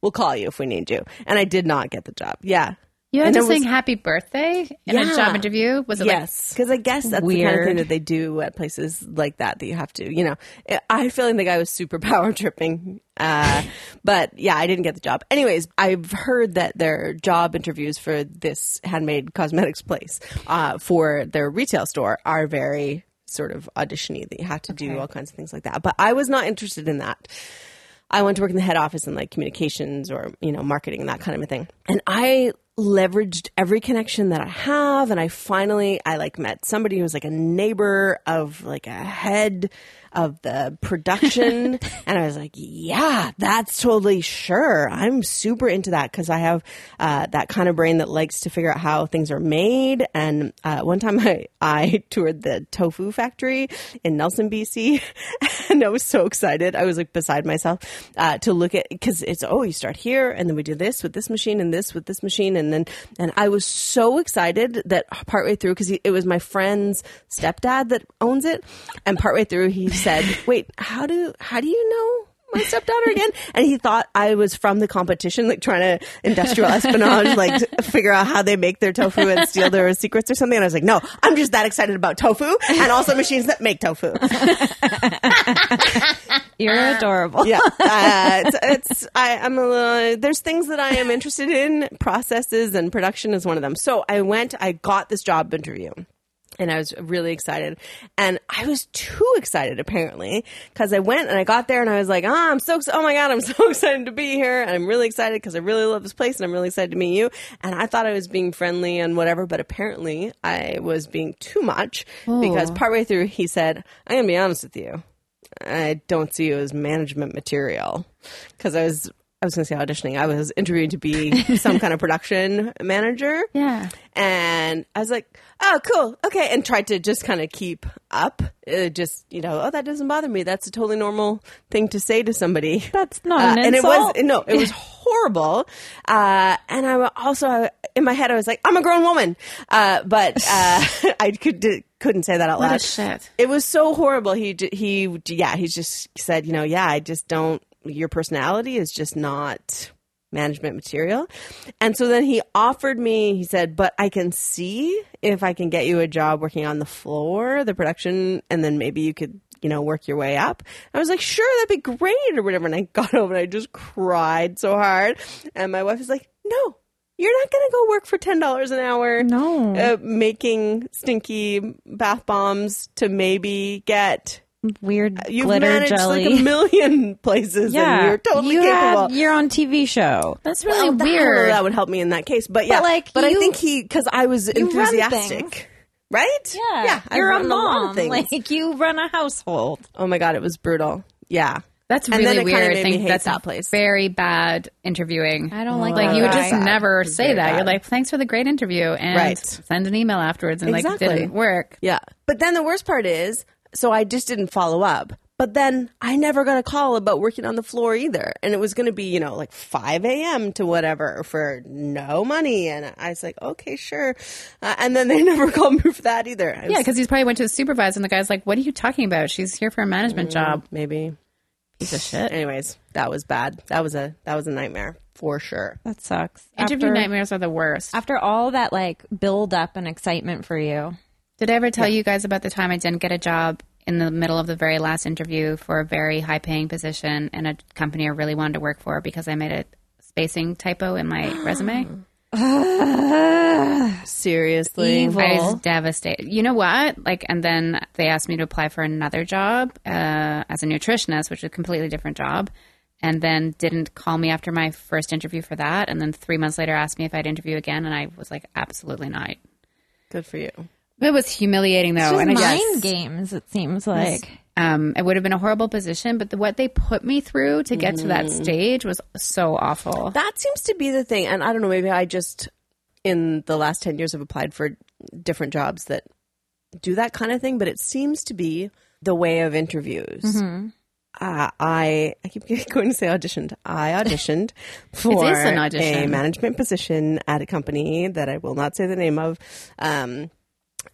[SPEAKER 4] we'll call you if we need you and i did not get the job yeah
[SPEAKER 2] You had
[SPEAKER 4] And
[SPEAKER 2] to
[SPEAKER 4] it was-
[SPEAKER 2] sing happy birthday in a
[SPEAKER 4] Yeah.
[SPEAKER 2] job interview. Was it
[SPEAKER 4] yes because i guess that's the kind of
[SPEAKER 3] Weird.
[SPEAKER 4] thing that they do at places like that that you have to you know I- i feel like the guy was super power tripping uh, but yeah i didn't get the job anyways i've heard that their job interviews for this handmade cosmetics place uh, for their retail store are very sort of auditiony that you have to do all kinds of things like that but i was not interested in that I went to work in the head office in like communications or you know marketing and that kind of a thing. And I leveraged every connection that I have, and I finally I like met somebody who was like a neighbor of like a head of the production, and I was like, yeah, that's totally sure. I'm super into that because I have uh, that kind of brain that likes to figure out how things are made. And uh, one time I I toured the tofu factory in Nelson, BC, and I was so excited. I was like beside myself uh, to look at because it's oh you start here and then we do this with this machine and this with this machine and then and I was so excited that partway through because it was my friend's stepdad that owns it and partway through he said wait how do how do you know my stepdaughter again and he thought i was from the competition like trying to industrial espionage like to figure out how they make their tofu and steal their secrets or something and i was like no i'm just that excited about tofu and also machines that make tofu
[SPEAKER 3] You're adorable.
[SPEAKER 4] yeah uh, it's, it's I, i'm a little there's things that i am interested in processes and production is one of them so i went i got this job interview and I was really excited. And I was too excited apparently because I went and I got there and I was like, ah, I'm so ex- oh my god, I'm so excited to be here and I'm really excited because I really love this place and I'm really excited to meet you. And I thought I was being friendly and whatever, but apparently I was being too much because partway through he said, "I'm gonna be honest with you, I don't see you as management material," because I was. I was going to say auditioning. I was interviewing to be some kind of production manager.
[SPEAKER 2] Yeah.
[SPEAKER 4] And I was like, oh, cool. Okay. And tried to just kind of keep up. Uh, just, you know, oh, that doesn't bother me. That's a totally normal thing to say to somebody.
[SPEAKER 3] That's not
[SPEAKER 4] Uh,
[SPEAKER 3] an
[SPEAKER 4] and it was,
[SPEAKER 3] insult.
[SPEAKER 4] no, it was horrible. Uh, and I wa- also, I- in my head, I was like, I'm a grown woman. Uh, but uh, I could, di- couldn't say that out
[SPEAKER 2] What
[SPEAKER 4] loud.
[SPEAKER 2] a shit.
[SPEAKER 4] It was so horrible. He j- he j- yeah, he just said, you know, yeah, I just don't your personality is just not management material. And so then he offered me, he said, "But I can see if I can get you a job working on the floor, the production, and then maybe you could you know, work your way up. I was like, sure, that'd be great, or whatever. And I got over and I just cried so hard. And my wife was like, no, you're not going to go work for $10 an hour
[SPEAKER 3] No.
[SPEAKER 4] uh, making stinky bath bombs to maybe get
[SPEAKER 3] Weird
[SPEAKER 4] Uh, you've
[SPEAKER 3] glitter
[SPEAKER 4] managed
[SPEAKER 3] jelly.
[SPEAKER 4] like a million places and you're totally
[SPEAKER 3] you
[SPEAKER 4] capable.
[SPEAKER 3] are on TV show.
[SPEAKER 2] That's
[SPEAKER 4] Well,
[SPEAKER 2] really
[SPEAKER 4] that- I don't know
[SPEAKER 2] weird.
[SPEAKER 4] that would help me in that case, but yeah,
[SPEAKER 3] like,
[SPEAKER 4] but I
[SPEAKER 3] you-
[SPEAKER 4] think he because I was
[SPEAKER 3] run things.
[SPEAKER 4] enthusiastic. Right? yeah. I've
[SPEAKER 3] you're a
[SPEAKER 4] run lot of
[SPEAKER 3] mom.
[SPEAKER 4] things.
[SPEAKER 3] like you run a household.
[SPEAKER 4] oh my god, it was brutal. Yeah,
[SPEAKER 2] That's
[SPEAKER 4] And
[SPEAKER 2] really
[SPEAKER 4] then it kinda
[SPEAKER 2] weird.
[SPEAKER 4] made me
[SPEAKER 2] Think
[SPEAKER 4] hate
[SPEAKER 2] that's
[SPEAKER 4] that place.
[SPEAKER 2] very bad interviewing.
[SPEAKER 3] I don't like
[SPEAKER 2] like
[SPEAKER 3] that
[SPEAKER 2] you would
[SPEAKER 3] guy.
[SPEAKER 2] just never say
[SPEAKER 4] very
[SPEAKER 2] that. You're
[SPEAKER 4] bad.
[SPEAKER 2] like, thanks for the great interview, and
[SPEAKER 4] Right.
[SPEAKER 2] send an email afterwards, and
[SPEAKER 4] Exactly.
[SPEAKER 2] like didn't work.
[SPEAKER 4] Yeah. But then the worst part is, so I just didn't follow up. But then I never got a call about working on the floor either. And it was going to be, you know, like 5 a.m. to whatever for no money. And I was like, okay, sure. Uh, and then they never called me for that either. I was,
[SPEAKER 2] Yeah, because he's probably went to his supervisor, and the guy's like, "What are you talking about? She's here for a management job,
[SPEAKER 4] maybe.
[SPEAKER 2] piece of shit."
[SPEAKER 4] Anyways, that was bad. That was a, that was a nightmare for sure.
[SPEAKER 3] That sucks.
[SPEAKER 2] Interview
[SPEAKER 3] after,
[SPEAKER 2] nightmares are the worst.
[SPEAKER 3] After all that like build up and excitement for you.
[SPEAKER 2] Did I ever tell you guys about the time I didn't get a job in the middle of the very last interview for a very high paying position in a company I really wanted to work for because I made a spacing typo in my resume?
[SPEAKER 4] Seriously.
[SPEAKER 2] I was devastated. You know what? Like, and then they asked me to apply for another job uh, as a nutritionist, which is a completely different job. And then didn't call me after my first interview for that. And then three months later, asked me if I'd interview again, and I was like, absolutely not.
[SPEAKER 4] Good for you.
[SPEAKER 2] It was humiliating,
[SPEAKER 4] Oh,
[SPEAKER 2] though.
[SPEAKER 3] Just
[SPEAKER 2] and I
[SPEAKER 3] mind
[SPEAKER 2] just-
[SPEAKER 3] games. It seems like
[SPEAKER 2] um, it would have been a horrible position, but the, what they put me through to get to that stage was so awful.
[SPEAKER 4] That seems to be the thing. And I don't know, maybe I just, in the last 10 years, have applied for different jobs that
[SPEAKER 2] Mm-hmm.
[SPEAKER 4] do that kind of thing, but it seems to be the way of interviews. uh, I I keep going to say auditioned. I auditioned for
[SPEAKER 2] is an
[SPEAKER 4] a
[SPEAKER 2] audition.
[SPEAKER 4] management position at a company that I will not say the name of. Um,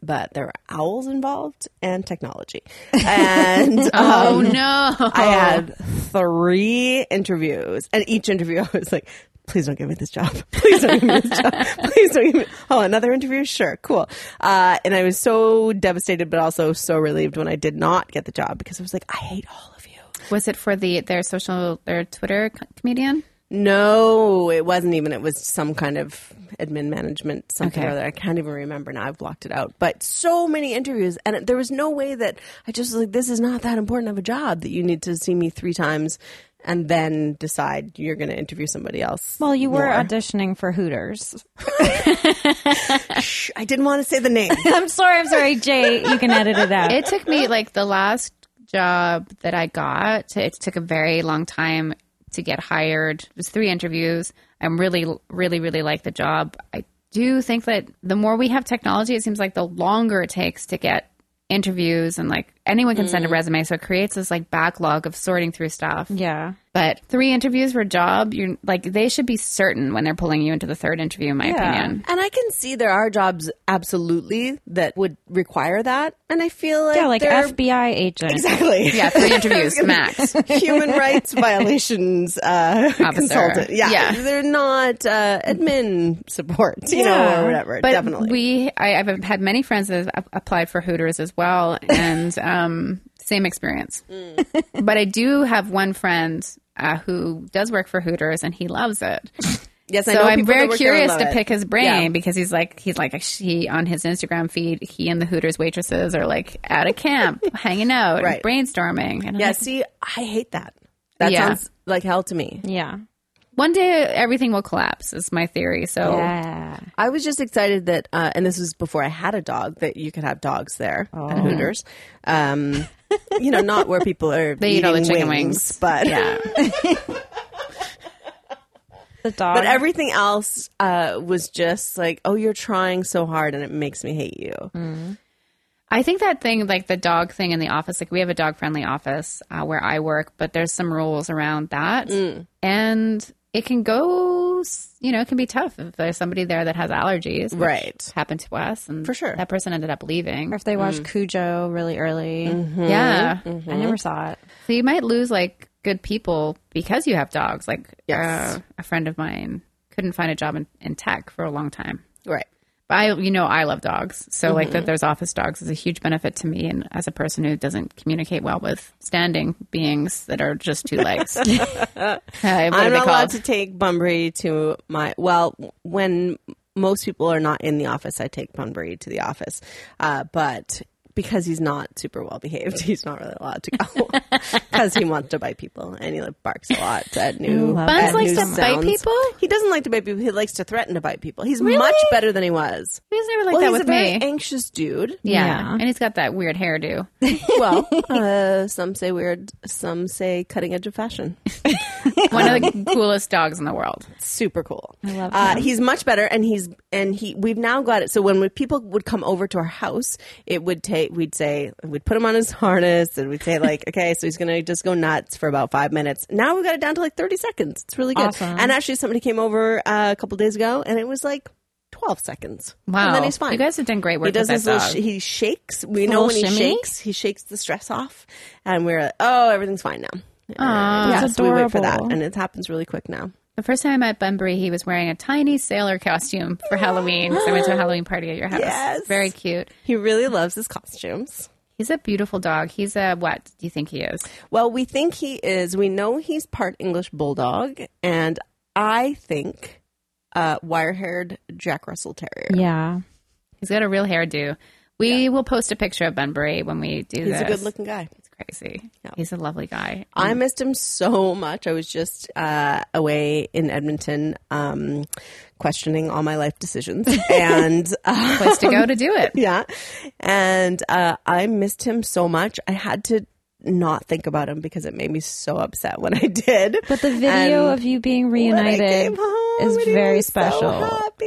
[SPEAKER 4] but there were owls involved and technology. And
[SPEAKER 2] Oh
[SPEAKER 4] um,
[SPEAKER 2] no!
[SPEAKER 4] I had three interviews, and each interview I was like, "Please don't give me this job. Please don't give me this job. Please don't give me." Oh, another interview? Sure, cool. Uh, and I was so devastated, but also so relieved when I did not get the job because I was like, "I hate all of you."
[SPEAKER 2] Was it for the their social their Twitter co- comedian?
[SPEAKER 4] No, it wasn't even. It was some kind of admin management, something
[SPEAKER 2] Okay.
[SPEAKER 4] or other. I can't even remember now. I've blocked it out. But so many interviews, and it- there was no way that I just was like, this is not that important of a job that you need to see me three times and then decide you're going to interview somebody else.
[SPEAKER 3] Well, you were auditioning for Hooters.
[SPEAKER 4] Shh, I didn't want to say the name.
[SPEAKER 3] I'm sorry. I'm sorry, Jay. You can edit it out.
[SPEAKER 2] It took me like the last job that I got. to- It took a very long time to get hired. It was three interviews. I'm really, really, really like the job. I do think that the more we have technology, it seems like the longer it takes to get interviews and like anyone can send a resume. So it creates this like backlog of sorting through stuff.
[SPEAKER 3] yeah.
[SPEAKER 2] But three interviews for a job, you're like they should be certain when they're pulling you into the third interview, in my opinion.
[SPEAKER 4] And I can see there are jobs absolutely that would require that. And I feel like
[SPEAKER 3] Yeah, like
[SPEAKER 4] there are-
[SPEAKER 3] FBI agent.
[SPEAKER 4] Exactly.
[SPEAKER 2] Yeah, three interviews max.
[SPEAKER 4] human rights violations uh,
[SPEAKER 2] Officer.
[SPEAKER 4] consultant. Yeah.
[SPEAKER 2] Yeah.
[SPEAKER 4] they're not uh, admin support, you know, or whatever.
[SPEAKER 2] But
[SPEAKER 4] Definitely.
[SPEAKER 2] we, I, I've had many friends that have ap- applied for Hooters as well, and um, same experience.
[SPEAKER 4] Mm.
[SPEAKER 2] but I do have one friend uh, who does work for Hooters, and he loves it.
[SPEAKER 4] yes, I
[SPEAKER 2] so
[SPEAKER 4] know
[SPEAKER 2] I'm
[SPEAKER 4] people that
[SPEAKER 2] very
[SPEAKER 4] work there
[SPEAKER 2] curious
[SPEAKER 4] love
[SPEAKER 2] to
[SPEAKER 4] it.
[SPEAKER 2] pick his brain
[SPEAKER 4] Yeah.
[SPEAKER 2] because he's like, he's like, he on his Instagram feed, he and the Hooters waitresses are like at a camp, hanging out, and
[SPEAKER 4] Right.
[SPEAKER 2] brainstorming. And I'm
[SPEAKER 4] Yeah,
[SPEAKER 2] like,
[SPEAKER 4] see, I hate that. That
[SPEAKER 2] Yeah.
[SPEAKER 4] sounds like hell to me.
[SPEAKER 3] Yeah.
[SPEAKER 2] one day everything will collapse. Is my theory.
[SPEAKER 3] Oh.
[SPEAKER 2] So
[SPEAKER 3] Yeah.
[SPEAKER 4] I was just excited that, uh, and this was before I had a dog, that you could have dogs there
[SPEAKER 2] Oh.
[SPEAKER 4] at Hooters. Um, you know, not where people are
[SPEAKER 2] They eat all the
[SPEAKER 4] eating
[SPEAKER 2] chicken
[SPEAKER 4] wings,
[SPEAKER 2] wings.
[SPEAKER 4] but
[SPEAKER 2] yeah.
[SPEAKER 3] The dog.
[SPEAKER 4] But everything else uh, was just like, oh, you're trying so hard, and it makes me hate you.
[SPEAKER 2] Mm. I think that thing, like the dog thing in the office, like we have a dog friendly office uh, where I work, but there's some rules around that.
[SPEAKER 4] Mm.
[SPEAKER 2] And it can go, s- you know, it can be tough if there's somebody there that has allergies. which
[SPEAKER 4] Right.
[SPEAKER 2] Happened to us. And
[SPEAKER 4] For sure.
[SPEAKER 2] That person ended up leaving.
[SPEAKER 3] Or if they watched Cujo really early.
[SPEAKER 2] Yeah.
[SPEAKER 3] I never saw it.
[SPEAKER 2] So you might lose like good people because you have dogs. Like
[SPEAKER 4] Yes.
[SPEAKER 2] uh, a friend of mine couldn't find a job in, in tech for a long time.
[SPEAKER 4] Right.
[SPEAKER 2] But I, you know, I love dogs. So, like,
[SPEAKER 4] Mm-hmm.
[SPEAKER 2] that there's office dogs is a huge benefit to me. And as a person who doesn't communicate well with standing beings that are just two legs, Uh, what are
[SPEAKER 4] I'm
[SPEAKER 2] they
[SPEAKER 4] not allowed
[SPEAKER 2] called?
[SPEAKER 4] to take Bunbury to my. Well, when most people are not in the office, I take Bunbury to the office. Uh, but because he's not super well behaved, he's not really allowed to go because he wants to bite people and he like, barks a lot at new.
[SPEAKER 3] Love
[SPEAKER 4] at
[SPEAKER 2] Buns likes
[SPEAKER 4] new
[SPEAKER 2] to bite
[SPEAKER 4] sounds.
[SPEAKER 2] people?
[SPEAKER 4] He doesn't like to bite people. He likes to threaten to bite people. He's much better than he was.
[SPEAKER 2] He's never like
[SPEAKER 4] well,
[SPEAKER 2] that
[SPEAKER 4] he's
[SPEAKER 2] with
[SPEAKER 4] a very
[SPEAKER 2] me.
[SPEAKER 4] anxious dude.
[SPEAKER 2] yeah.
[SPEAKER 3] Yeah.
[SPEAKER 2] and he's got that weird hairdo.
[SPEAKER 4] well, uh, some say weird, some say cutting edge of fashion.
[SPEAKER 2] One of the coolest dogs in the world.
[SPEAKER 4] super cool. I
[SPEAKER 3] love
[SPEAKER 4] uh, He's much better, and he's and he. We've now got it. So when we, people would come over to our house, it would take. We'd say we'd put him on his harness, and we'd say like, okay, so he's gonna just go nuts for about five minutes. Now we've got it down to like thirty seconds. It's really good.
[SPEAKER 3] Awesome.
[SPEAKER 4] And actually, somebody came over uh, a couple days ago, and it was like. 12 seconds.
[SPEAKER 2] Wow,
[SPEAKER 4] And then he's fine.
[SPEAKER 2] You guys have done great work.
[SPEAKER 4] He does this
[SPEAKER 2] with that
[SPEAKER 4] little.
[SPEAKER 2] dog.
[SPEAKER 4] Sh- he shakes. We know
[SPEAKER 3] little
[SPEAKER 4] when he
[SPEAKER 3] shimmy?
[SPEAKER 4] shakes. He shakes the stress off, and we're like, oh, everything's fine now. And
[SPEAKER 3] that's
[SPEAKER 4] yes, we wait for that,
[SPEAKER 3] adorable.
[SPEAKER 4] and it happens really quick now.
[SPEAKER 2] the first time I met Bunbury, he was wearing a tiny sailor costume for Halloween. So I went to a Halloween party at your house.
[SPEAKER 4] Yes.
[SPEAKER 2] Very cute.
[SPEAKER 4] He really loves his costumes.
[SPEAKER 2] He's a beautiful dog. He's a what do you think he is?
[SPEAKER 4] Well, we think he is. We know he's part English bulldog, and I think uh, wire-haired Jack Russell Terrier.
[SPEAKER 3] Yeah.
[SPEAKER 2] He's got a real hairdo. We will post a picture of Bunbury when we do
[SPEAKER 4] He's
[SPEAKER 2] this.
[SPEAKER 4] a good-looking guy.
[SPEAKER 2] It's crazy. He's a lovely guy.
[SPEAKER 4] I missed him so much. I was just uh, away in Edmonton, um, questioning all my life decisions, and uh,
[SPEAKER 2] Place to go to do it.
[SPEAKER 4] yeah, and uh, I missed him so much. I had to not think about him because it made me so upset when I did.
[SPEAKER 3] But the video
[SPEAKER 4] And-
[SPEAKER 3] of you being
[SPEAKER 4] when I
[SPEAKER 3] reunited
[SPEAKER 4] came home,
[SPEAKER 3] is
[SPEAKER 4] and he
[SPEAKER 3] very
[SPEAKER 4] was so
[SPEAKER 3] special.
[SPEAKER 4] happy.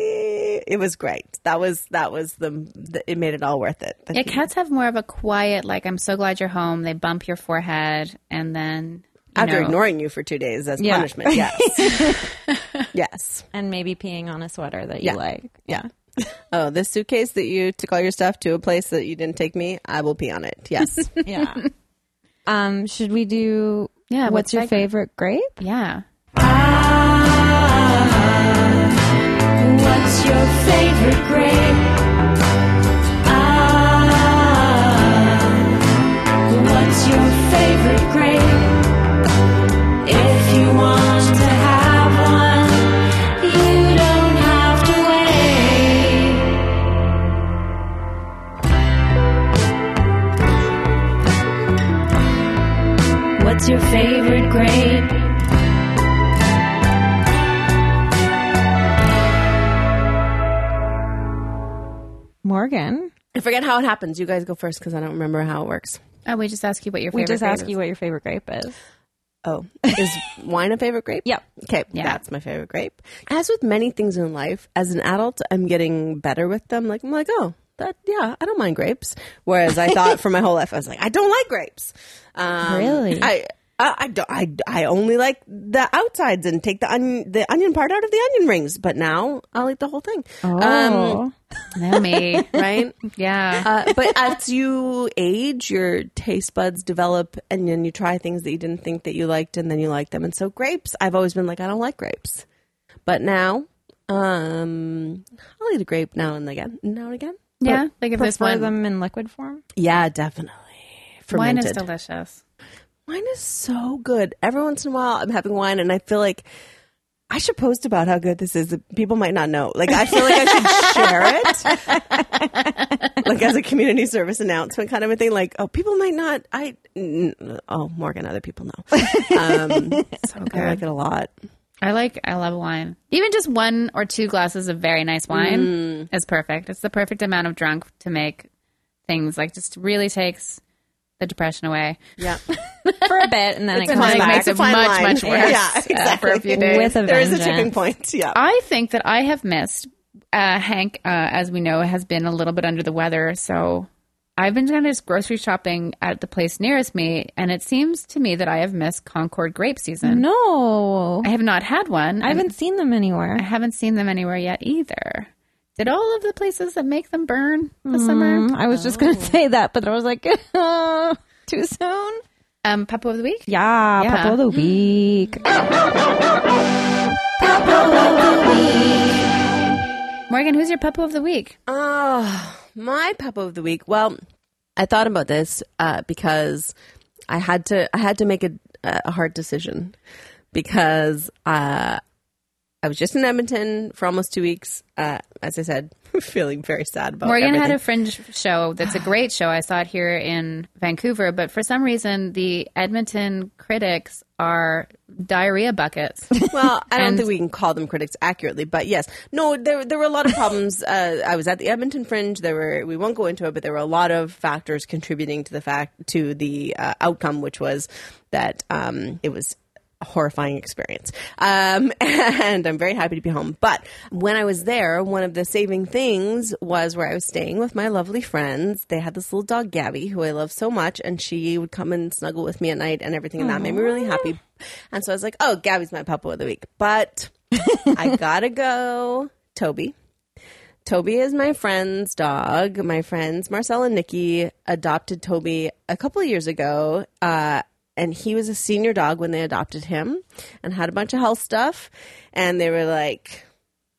[SPEAKER 4] it was great. That was that was the, the it made it all worth it. But
[SPEAKER 2] Yeah, cats have more of a quiet, like, I'm so glad you're home. They bump your forehead and then. you
[SPEAKER 4] after
[SPEAKER 2] know-
[SPEAKER 4] ignoring you for two days as
[SPEAKER 3] Yeah.
[SPEAKER 4] punishment, yes, yes.
[SPEAKER 3] and maybe peeing on a sweater that you like.
[SPEAKER 4] Yeah. Oh, this suitcase that you took all your stuff to a place that you didn't take me, I will pee on it. Yes.
[SPEAKER 3] Yeah. um, should we do?
[SPEAKER 2] Yeah, what
[SPEAKER 3] What's your
[SPEAKER 2] segment?
[SPEAKER 3] favorite grape?
[SPEAKER 2] Yeah.
[SPEAKER 1] What's your favorite grape? Ah, what's your favorite grape? If you want to have one, you don't have to wait. What's your favorite grape?
[SPEAKER 3] Morgan.
[SPEAKER 4] I forget how it happens. You guys go first because I don't remember how it works.
[SPEAKER 2] Oh, we just ask you what your favorite
[SPEAKER 3] We just
[SPEAKER 2] grape
[SPEAKER 3] ask
[SPEAKER 2] is.
[SPEAKER 3] you what your favorite grape is.
[SPEAKER 4] Oh, is wine a favorite grape?
[SPEAKER 3] Yep.
[SPEAKER 4] Okay,
[SPEAKER 2] Yeah.
[SPEAKER 4] that's my favorite grape. As with many things in life, as an adult, I'm getting better with them. Like I'm like, oh, that yeah, I don't mind grapes. Whereas I thought for my whole life, I was like, I don't like grapes. Um,
[SPEAKER 3] Really?
[SPEAKER 4] I. I, I, don't, I, I only like the outsides and take the onion the onion part out of the onion rings, but now I'll eat the whole thing. Um,
[SPEAKER 3] Oh.
[SPEAKER 2] Naomi.
[SPEAKER 4] right?
[SPEAKER 2] yeah.
[SPEAKER 4] Uh, but as you age, your taste buds develop, and then you try things that you didn't think that you liked, and then you like them. And so, grapes, I've always been like, I don't like grapes, but now, um, I'll eat a grape now and again, now and again.
[SPEAKER 2] yeah. Like if there's
[SPEAKER 3] prefer
[SPEAKER 2] one.
[SPEAKER 3] them in liquid form.
[SPEAKER 4] Yeah, definitely.
[SPEAKER 2] Wine
[SPEAKER 4] Fermented.
[SPEAKER 2] is delicious.
[SPEAKER 4] Wine is so good. Every once in a while, I'm having wine, and I feel like I should post about how good this is. People might not know. Like, I feel like I should share it, like as a community service announcement kind of a thing. Like, oh, people might not. I n- oh, Morgan, other people know. Um,
[SPEAKER 2] So good.
[SPEAKER 4] I like it a lot.
[SPEAKER 2] I like I love wine. Even just one or two glasses of very nice wine is perfect. It's the perfect amount of drunk to make things like just really takes the depression away.
[SPEAKER 4] Yeah,
[SPEAKER 3] for a bit, and then it
[SPEAKER 2] And
[SPEAKER 3] comes
[SPEAKER 2] then it
[SPEAKER 3] back
[SPEAKER 2] makes it
[SPEAKER 4] It's a fine
[SPEAKER 2] much
[SPEAKER 4] line.
[SPEAKER 2] much worse
[SPEAKER 4] Yeah,
[SPEAKER 2] uh, for a
[SPEAKER 4] exactly.
[SPEAKER 2] few days.
[SPEAKER 3] with a
[SPEAKER 4] there is a
[SPEAKER 3] vengeance.
[SPEAKER 4] tipping point. Yeah,
[SPEAKER 2] I think that I have missed uh, Hank, uh, as we know, has been a little bit under the weather. So I've been kind of just grocery shopping at the place nearest me, and it seems to me that I have missed Concord grape season.
[SPEAKER 3] No,
[SPEAKER 2] I have not had one.
[SPEAKER 3] I haven't seen them
[SPEAKER 2] I
[SPEAKER 3] anywhere.
[SPEAKER 2] haven't seen them anywhere yet either. Did all of the places that make them burn this summer?
[SPEAKER 3] I was just gonna say that, but I was like, too soon.
[SPEAKER 2] Um, Papa of the Week?
[SPEAKER 3] Yeah, Mm.
[SPEAKER 2] Yeah.
[SPEAKER 3] Papa of the week.
[SPEAKER 2] Morgan, who's your Papa of the Week?
[SPEAKER 4] Oh, my puppo of the week. Well, I thought about this uh, because I had to. I had to make a, a hard decision because uh, I was just in Edmonton for almost two weeks. Uh, as I said, feeling very sad about.
[SPEAKER 2] Morgan
[SPEAKER 4] everything.
[SPEAKER 2] had a fringe show that's a great show. I saw it here in Vancouver, but for some reason, the Edmonton critics are diarrhea buckets.
[SPEAKER 4] Well, I don't think we can call them critics accurately, but yes, no, there there were a lot of problems. Uh, I was at the Edmonton Fringe. There were we won't go into it, but there were a lot of factors contributing to the fact to the uh, outcome, which was that um, it was a horrifying experience. Um, and I'm very happy to be home. But when I was there, one of the saving things was where I was staying with my lovely friends. They had this little dog, Gabby, who I love so much, and she would come and snuggle with me at night and everything, and that made me really happy. And so I was like, oh, Gabby's my puppo of the week. But I gotta go, Toby. Toby is my friend's dog. My friends Marcel and Nikki adopted Toby a couple of years ago, uh, and he was a senior dog when they adopted him, and had a bunch of health stuff. And they were like,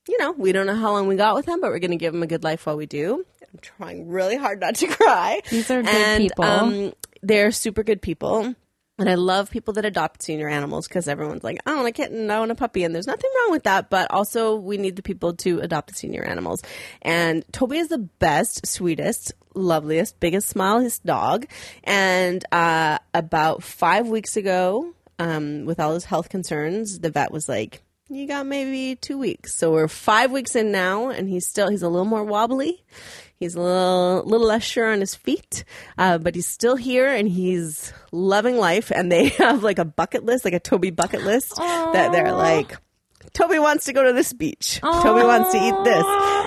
[SPEAKER 4] you know, we don't know how long we got with him, but we're going to give him a good life while we do. I'm trying really hard not to cry.
[SPEAKER 3] These are good
[SPEAKER 4] And,
[SPEAKER 3] people.
[SPEAKER 4] Um, they're super good people. And I love people that adopt senior animals because everyone's like, I own a kitten, I own a puppy, and there's nothing wrong with that. But also, we need the people to adopt the senior animals. And Toby is the best, sweetest, loveliest, biggest smile, his dog. And uh, about five weeks ago, um, with all his health concerns, the vet was like, you got maybe two weeks. So we're five weeks in now, and he's still he's a little more wobbly. He's a little little less sure on his feet, uh, but he's still here and he's loving life. And they have like a bucket list, like a Toby bucket list that they're like. Toby wants to go to this beach. Toby wants to eat this.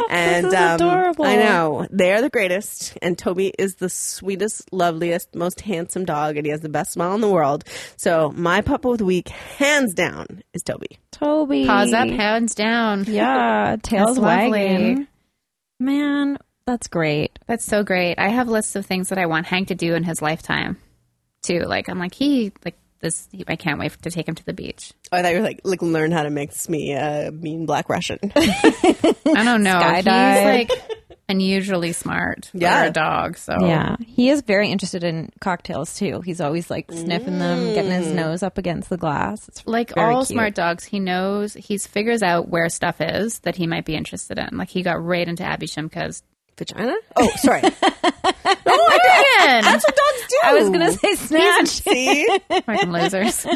[SPEAKER 4] And um,
[SPEAKER 3] is adorable.
[SPEAKER 4] I know they are the greatest, and Toby is the sweetest, loveliest, most handsome dog, and he has the best smile in the world. So my pup of the week, hands down, is Toby.
[SPEAKER 3] Toby.
[SPEAKER 2] Paws up, hands down.
[SPEAKER 3] Yeah, tails
[SPEAKER 2] That's lovely.
[SPEAKER 3] wagging. Man, that's great.
[SPEAKER 2] That's so great. I have lists of things that I want Hank to do in his lifetime, too. Like I'm like he like this. He, I can't wait to take him to the beach.
[SPEAKER 4] Oh, I thought you were like, like learn how to mix me a mean black Russian.
[SPEAKER 2] I don't know. He's
[SPEAKER 3] Skydive.
[SPEAKER 2] like unusually smart
[SPEAKER 4] Yeah.
[SPEAKER 2] for a dog. So
[SPEAKER 3] Yeah, he is very interested in cocktails too. He's always like sniffing them, getting his nose up against the glass. It's
[SPEAKER 2] like
[SPEAKER 3] very
[SPEAKER 2] all
[SPEAKER 3] cute.
[SPEAKER 2] smart dogs, he knows he's figures out where stuff is that he might be interested in. Like he got right into Abby Shimka's.
[SPEAKER 4] Vagina? Oh, sorry.
[SPEAKER 2] Again,
[SPEAKER 4] Dogs do.
[SPEAKER 3] I was gonna say snatch.
[SPEAKER 4] See,
[SPEAKER 2] fucking losers.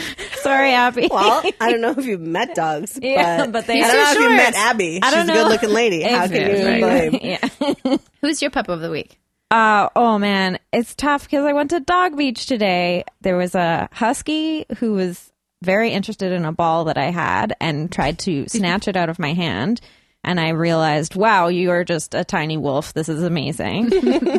[SPEAKER 3] Sorry, Abby.
[SPEAKER 4] well, I don't know if you've met dogs,
[SPEAKER 3] Yeah,
[SPEAKER 4] but,
[SPEAKER 3] but they-
[SPEAKER 4] I don't know
[SPEAKER 3] He's
[SPEAKER 4] if
[SPEAKER 3] too
[SPEAKER 4] you
[SPEAKER 3] short.
[SPEAKER 4] met Abby.
[SPEAKER 3] I don't
[SPEAKER 4] She's
[SPEAKER 3] know.
[SPEAKER 4] a good-looking lady. How can you
[SPEAKER 3] Exactly.
[SPEAKER 4] blame?
[SPEAKER 3] yeah.
[SPEAKER 2] Who's your pup of the week?
[SPEAKER 3] Uh, oh man, it's tough because I went to Dog Beach today. There was a husky who was very interested in a ball that I had and tried to snatch it out of my hand. And I realized, wow, you are just a tiny wolf. This is amazing.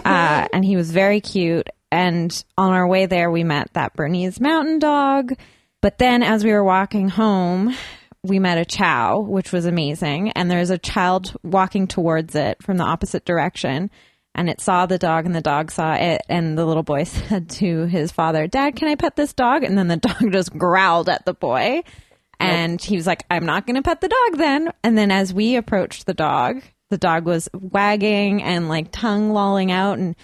[SPEAKER 3] uh, and he was very cute. And on our way there, we met that Bernese Mountain Dog. But then as we were walking home, we met a chow, which was amazing. And there's a child walking towards it from the opposite direction. And it saw the dog, and the dog saw it. And the little boy said to his father, Dad, can I pet this dog? And then the dog just growled at the boy. And he was like, I'm not going to pet the dog then. And then as we approached the dog, the dog was wagging and like tongue lolling out and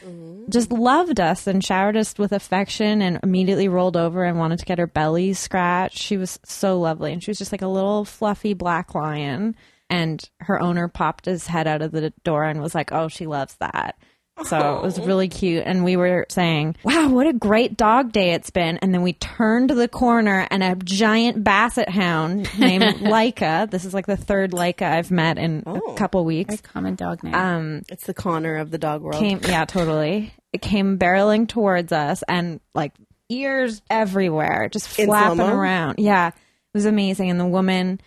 [SPEAKER 3] just loved us and showered us with affection and immediately rolled over and wanted to get her belly scratched. She was so lovely. And she was just like a little fluffy black lion. And her owner popped his head out of the door and was like, oh, she loves that. So it was really cute. And we were saying, wow, what a great dog day it's been. And then we turned the corner and a giant basset hound named Leica. This is like the third Leica I've met in a couple weeks.
[SPEAKER 2] Common dog name.
[SPEAKER 3] Um,
[SPEAKER 4] It's the Connor of the dog world.
[SPEAKER 3] Came, yeah, totally. It came barreling towards us and like ears everywhere, just
[SPEAKER 4] In
[SPEAKER 3] flapping
[SPEAKER 4] slow-mo?
[SPEAKER 3] around. Yeah, it was amazing. And the woman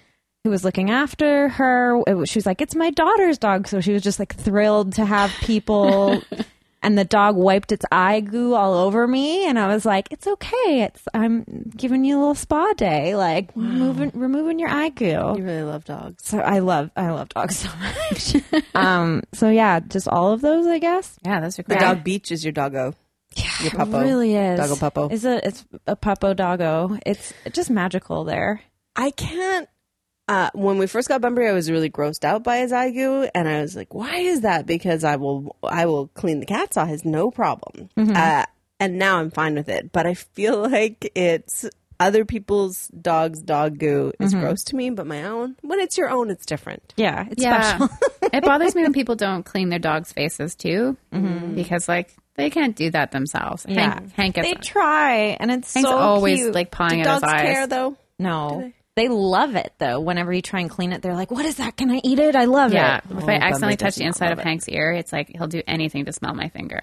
[SPEAKER 3] who was looking after her, it was, she was like, "It's my daughter's dog," so she was just like thrilled to have people. and the dog wiped its eye goo all over me, and I was like, "It's okay. It's I'm giving you a little spa day, like removing removing your eye goo."
[SPEAKER 4] You really love dogs.
[SPEAKER 3] So I love I love dogs so much. um, so yeah, just all of those, I guess.
[SPEAKER 2] yeah, those are
[SPEAKER 4] The
[SPEAKER 2] great.
[SPEAKER 4] dog beach is your doggo. Yeah, your puppo.
[SPEAKER 3] It really is.
[SPEAKER 4] Doggo puppo.
[SPEAKER 3] It's a it's a puppo doggo. It's just magical there.
[SPEAKER 4] I can't. Uh, when we first got Bunbury, I was really grossed out by his ague, and I was like, "Why is that?" Because I will, I will clean the cat's eyes, no problem.
[SPEAKER 2] Mm-hmm.
[SPEAKER 4] Uh, and now I'm fine with it, but I feel like it's other people's dogs' dog goo is
[SPEAKER 2] Mm-hmm.
[SPEAKER 4] gross to me, but my own. When it's your own, it's different.
[SPEAKER 3] Yeah, it's
[SPEAKER 2] Yeah.
[SPEAKER 3] special.
[SPEAKER 2] it bothers me when people don't clean their dogs' faces too, because like they can't do that themselves.
[SPEAKER 3] Mm-hmm. Yeah.
[SPEAKER 2] Hank, Hank is
[SPEAKER 3] they try, and it's
[SPEAKER 2] Hank's
[SPEAKER 3] so
[SPEAKER 2] always
[SPEAKER 3] cute.
[SPEAKER 2] like pawing at his
[SPEAKER 4] Dogs
[SPEAKER 2] eyes.
[SPEAKER 4] care though.
[SPEAKER 3] no. They love it though. Whenever you try and clean it, they're like, "What is that? Can I eat it? I love
[SPEAKER 2] Yeah,
[SPEAKER 3] it."
[SPEAKER 2] if I accidentally touch the inside of Hank's ear, it's like he'll do anything to smell my finger.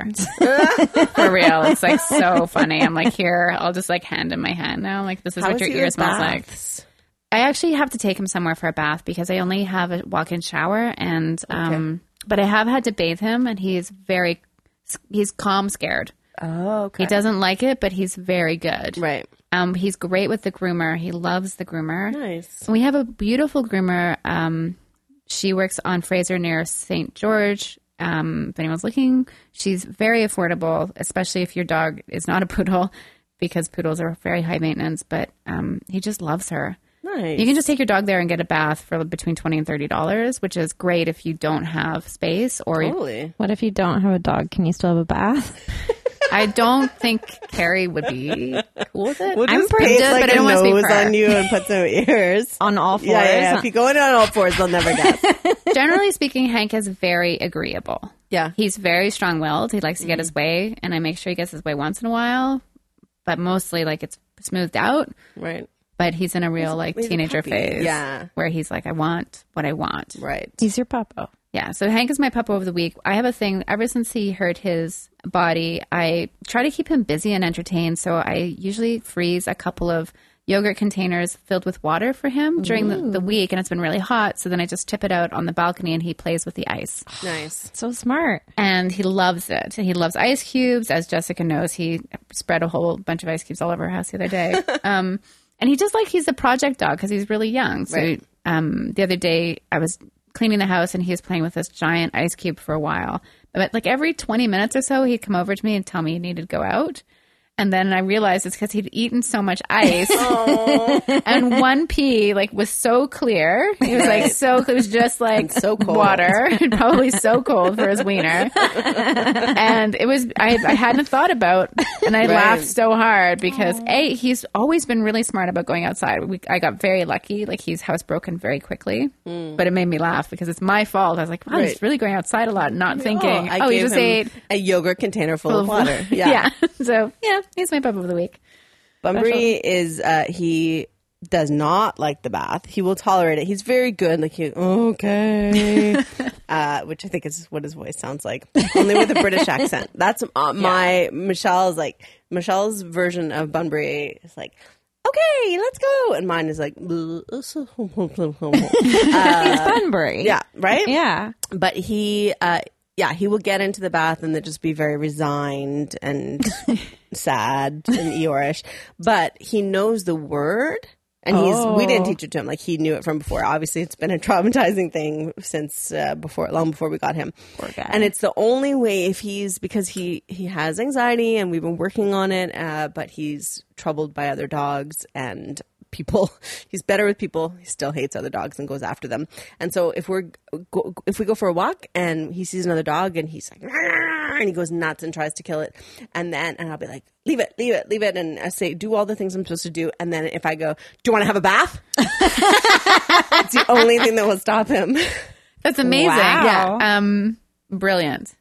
[SPEAKER 2] For real, it's like so funny. I'm like, here, I'll just like hand him my hand now. I'm like, this is
[SPEAKER 4] How
[SPEAKER 2] what
[SPEAKER 4] is
[SPEAKER 2] your
[SPEAKER 4] he
[SPEAKER 2] ear
[SPEAKER 4] with
[SPEAKER 2] smells like.
[SPEAKER 4] baths?
[SPEAKER 2] I actually have to take him somewhere for a bath because I only have a walk-in shower, and um, but I have had to bathe him, and he is very, he's calm, scared.
[SPEAKER 4] Oh, okay.
[SPEAKER 2] He doesn't like it, but he's very good.
[SPEAKER 4] Right.
[SPEAKER 2] Um, he's great with the groomer. He loves the
[SPEAKER 4] Hmm.
[SPEAKER 2] groomer.
[SPEAKER 4] Nice.
[SPEAKER 2] We have a beautiful groomer. Um, she works on Fraser near St. George. Um, if anyone's looking, she's very affordable, especially if your dog is not a poodle, because poodles are very high maintenance. But um, he just loves her.
[SPEAKER 4] Nice.
[SPEAKER 2] You can just take your dog there and get a bath for between twenty and thirty dollars, which is great if you don't have space or
[SPEAKER 4] Totally.
[SPEAKER 3] What if you don't have a dog? Can you still have a bath?
[SPEAKER 2] I don't think Carrie would be cool with it.
[SPEAKER 4] We'll
[SPEAKER 3] I'm
[SPEAKER 4] just
[SPEAKER 3] pretty
[SPEAKER 4] paint,
[SPEAKER 2] good,
[SPEAKER 4] like
[SPEAKER 2] but I
[SPEAKER 4] a
[SPEAKER 2] don't want to speak
[SPEAKER 4] nose
[SPEAKER 2] for her.
[SPEAKER 4] on you and put some ears.
[SPEAKER 3] On all fours.
[SPEAKER 4] Yeah, yeah, yeah. If you go in on all fours, they'll never guess.
[SPEAKER 2] Generally speaking, Hank is very agreeable.
[SPEAKER 4] Yeah.
[SPEAKER 2] He's very strong willed. He likes to get
[SPEAKER 4] Mm-hmm.
[SPEAKER 2] his way, and I make sure he gets his way once in a while, but mostly like it's smoothed out.
[SPEAKER 4] Right.
[SPEAKER 2] But he's in a real like
[SPEAKER 4] he's a
[SPEAKER 2] teenager
[SPEAKER 4] puppy.
[SPEAKER 2] phase.
[SPEAKER 4] Yeah.
[SPEAKER 2] Where he's like, I want what I want.
[SPEAKER 4] Right.
[SPEAKER 3] He's your puppo.
[SPEAKER 2] Yeah. So Hank is my pup of the week. I have a thing ever since he hurt his body, I try to keep him busy and entertained. So I usually freeze a couple of yogurt containers filled with water for him during the, the week, and it's been really hot. So then I just tip it out on the balcony, and he plays with the ice
[SPEAKER 4] Nice.
[SPEAKER 3] So smart.
[SPEAKER 2] and he loves it. He loves ice cubes, as Jessica knows. He spread a whole bunch of ice cubes all over her house the other day. um, and he just like he's a project dog because he's really young. So
[SPEAKER 4] Right.
[SPEAKER 2] um, the other day I was cleaning the house and he was playing with this giant ice cube for a while. But like every twenty minutes or so, he'd come over to me and tell me he needed to go out. And then I realized it's because he'd eaten so much ice, and one pee like was so clear. It was like so. It was just like
[SPEAKER 4] so cold.
[SPEAKER 2] water, and probably so cold for his wiener. and it was I, I hadn't thought about, and I laughed so hard because a he's always been really smart about going outside. We, I got very lucky; like he's housebroken very quickly, but it made me laugh because it's my fault. I was like, wow, he's
[SPEAKER 4] Hmm. Right.
[SPEAKER 2] really going outside a lot, and not thinking,
[SPEAKER 4] I
[SPEAKER 2] oh, he
[SPEAKER 4] gave
[SPEAKER 2] just
[SPEAKER 4] him
[SPEAKER 2] ate
[SPEAKER 4] a yogurt container full, of water.
[SPEAKER 2] Yeah. So yeah, he's my bub of the week.
[SPEAKER 4] Bunbury is uh, he does not like the bath. He will tolerate it. He's very good. Like he okay, uh, which I think is what his voice sounds like, only with a British accent. That's uh, my Michelle's like Michelle's version of Bunbury is like. Okay, let's go. And mine is like, uh,
[SPEAKER 3] He's Bunbury.
[SPEAKER 4] yeah, right?
[SPEAKER 3] Yeah.
[SPEAKER 4] but he uh yeah he will get into the bath and then just be very resigned and sad and eeyore but he knows the word and he's we didn't teach it to him like he knew it from before obviously it's been a traumatizing thing since uh, before long before we got him and it's the only way if he's because he he has anxiety and we've been working on it uh, but he's troubled by other dogs and people. He's better with people. He still hates other dogs and goes after them. And so if we're go, if we go for a walk and he sees another dog and he's like "Rah, rah, rah," and he goes nuts and tries to kill it, and then and I'll be like leave it, leave it, leave it, and I say do all the things I'm supposed to do, and then if I go do you want to have a bath, it's the only thing that will stop him.
[SPEAKER 2] That's amazing.
[SPEAKER 3] Wow.
[SPEAKER 2] Yeah. Um, brilliant.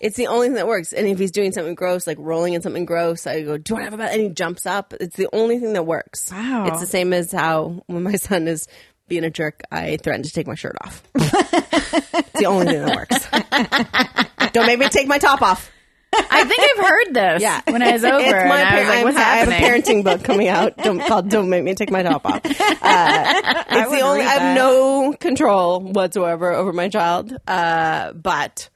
[SPEAKER 4] It's the only thing that works. And if he's doing something gross, like rolling in something gross, I go, Do you want to have a bath? And he jumps up. It's the only thing that works.
[SPEAKER 3] Wow.
[SPEAKER 4] It's the same as how when my son is being a jerk, I threaten to take my shirt off. it's the only thing that works. Don't make me take my top off.
[SPEAKER 2] I think I've heard this.
[SPEAKER 4] Yeah.
[SPEAKER 2] When I was over,
[SPEAKER 4] It's
[SPEAKER 2] and
[SPEAKER 4] my
[SPEAKER 2] I was
[SPEAKER 4] par-
[SPEAKER 2] like,
[SPEAKER 4] I'm-
[SPEAKER 2] what's
[SPEAKER 4] I have
[SPEAKER 2] happening?
[SPEAKER 4] a parenting book coming out don't, called Don't Make Me Take My Top Off. Uh, it's the only, I have no control whatsoever over my child. Uh, but.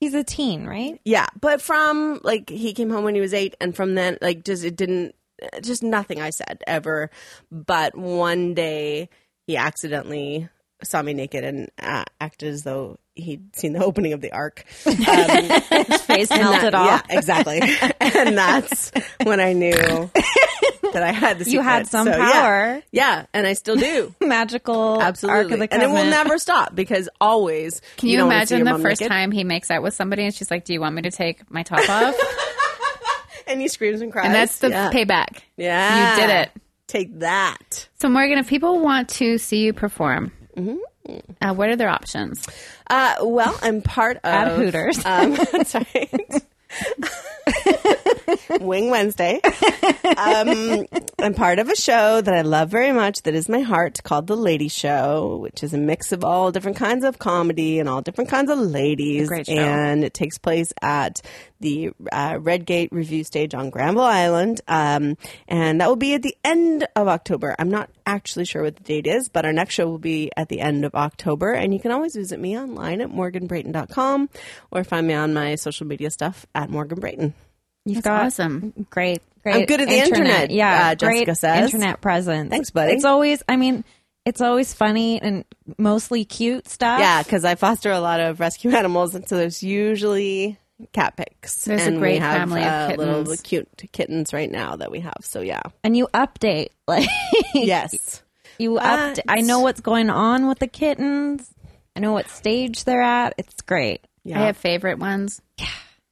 [SPEAKER 3] He's a teen, right?
[SPEAKER 4] Yeah, but from like he came home when he was eight, and from then like just it didn't just nothing I said ever. But one day he accidentally saw me naked and uh, acted as though he'd seen the opening of the ark. Um,
[SPEAKER 3] His face melted
[SPEAKER 4] yeah, exactly. and that's when I knew that I had the
[SPEAKER 3] You had
[SPEAKER 4] secret.
[SPEAKER 3] some
[SPEAKER 4] So, yeah.
[SPEAKER 3] power.
[SPEAKER 4] yeah, and I still do.
[SPEAKER 3] Magical Ark of
[SPEAKER 4] Absolutely,
[SPEAKER 3] the
[SPEAKER 4] and it
[SPEAKER 3] Covenant.
[SPEAKER 4] will never stop because always.
[SPEAKER 2] Can you,
[SPEAKER 4] don't wanna see
[SPEAKER 2] imagine
[SPEAKER 4] your
[SPEAKER 2] the
[SPEAKER 4] mom
[SPEAKER 2] first
[SPEAKER 4] naked.
[SPEAKER 2] time he makes out with somebody and she's like, Do you want me to take my top off?
[SPEAKER 4] And he screams and cries.
[SPEAKER 2] and that's the
[SPEAKER 4] yeah.
[SPEAKER 2] payback.
[SPEAKER 4] Yeah.
[SPEAKER 2] You did it.
[SPEAKER 4] Take that.
[SPEAKER 2] So, Morgan, if people want to see you perform,
[SPEAKER 3] Mm-hmm.
[SPEAKER 2] uh, what are their options?
[SPEAKER 4] Uh, well, I'm part of
[SPEAKER 3] At Hooters.
[SPEAKER 4] Um, that's right. Wing Wednesday. Um, I'm part of a show that I love very much that is my heart called The Lady Show, which is a mix of all different kinds of comedy and all different kinds of ladies.
[SPEAKER 2] Great show.
[SPEAKER 4] And it takes place at the uh, Redgate Review Stage on Granville Island. Um, and that will be at the end of October. I'm not actually sure what the date is, but our next show will be at the end of October. And you can always visit me online at morganbrayton.com or find me on my social media stuff at Morgan Brayton.
[SPEAKER 3] You've
[SPEAKER 2] That's
[SPEAKER 3] got
[SPEAKER 2] awesome.
[SPEAKER 3] great, great.
[SPEAKER 4] I'm good at the internet,
[SPEAKER 3] Yeah,
[SPEAKER 4] uh, Jessica
[SPEAKER 3] great
[SPEAKER 4] says.
[SPEAKER 3] internet presence.
[SPEAKER 4] Thanks, buddy.
[SPEAKER 3] It's always, I mean, it's always funny and mostly cute stuff.
[SPEAKER 4] Yeah, because I foster a lot of rescue animals, and so there's usually cat pics.
[SPEAKER 2] There's a
[SPEAKER 4] and we
[SPEAKER 2] great
[SPEAKER 4] have,
[SPEAKER 2] family of
[SPEAKER 4] uh, Little
[SPEAKER 2] kittens.
[SPEAKER 4] cute kittens right now that we have. So yeah,
[SPEAKER 3] and you update like
[SPEAKER 4] yes,
[SPEAKER 3] you update. I know what's going on with the kittens. I know what stage they're at. It's great.
[SPEAKER 4] yeah.
[SPEAKER 2] I have favorite ones. Yeah.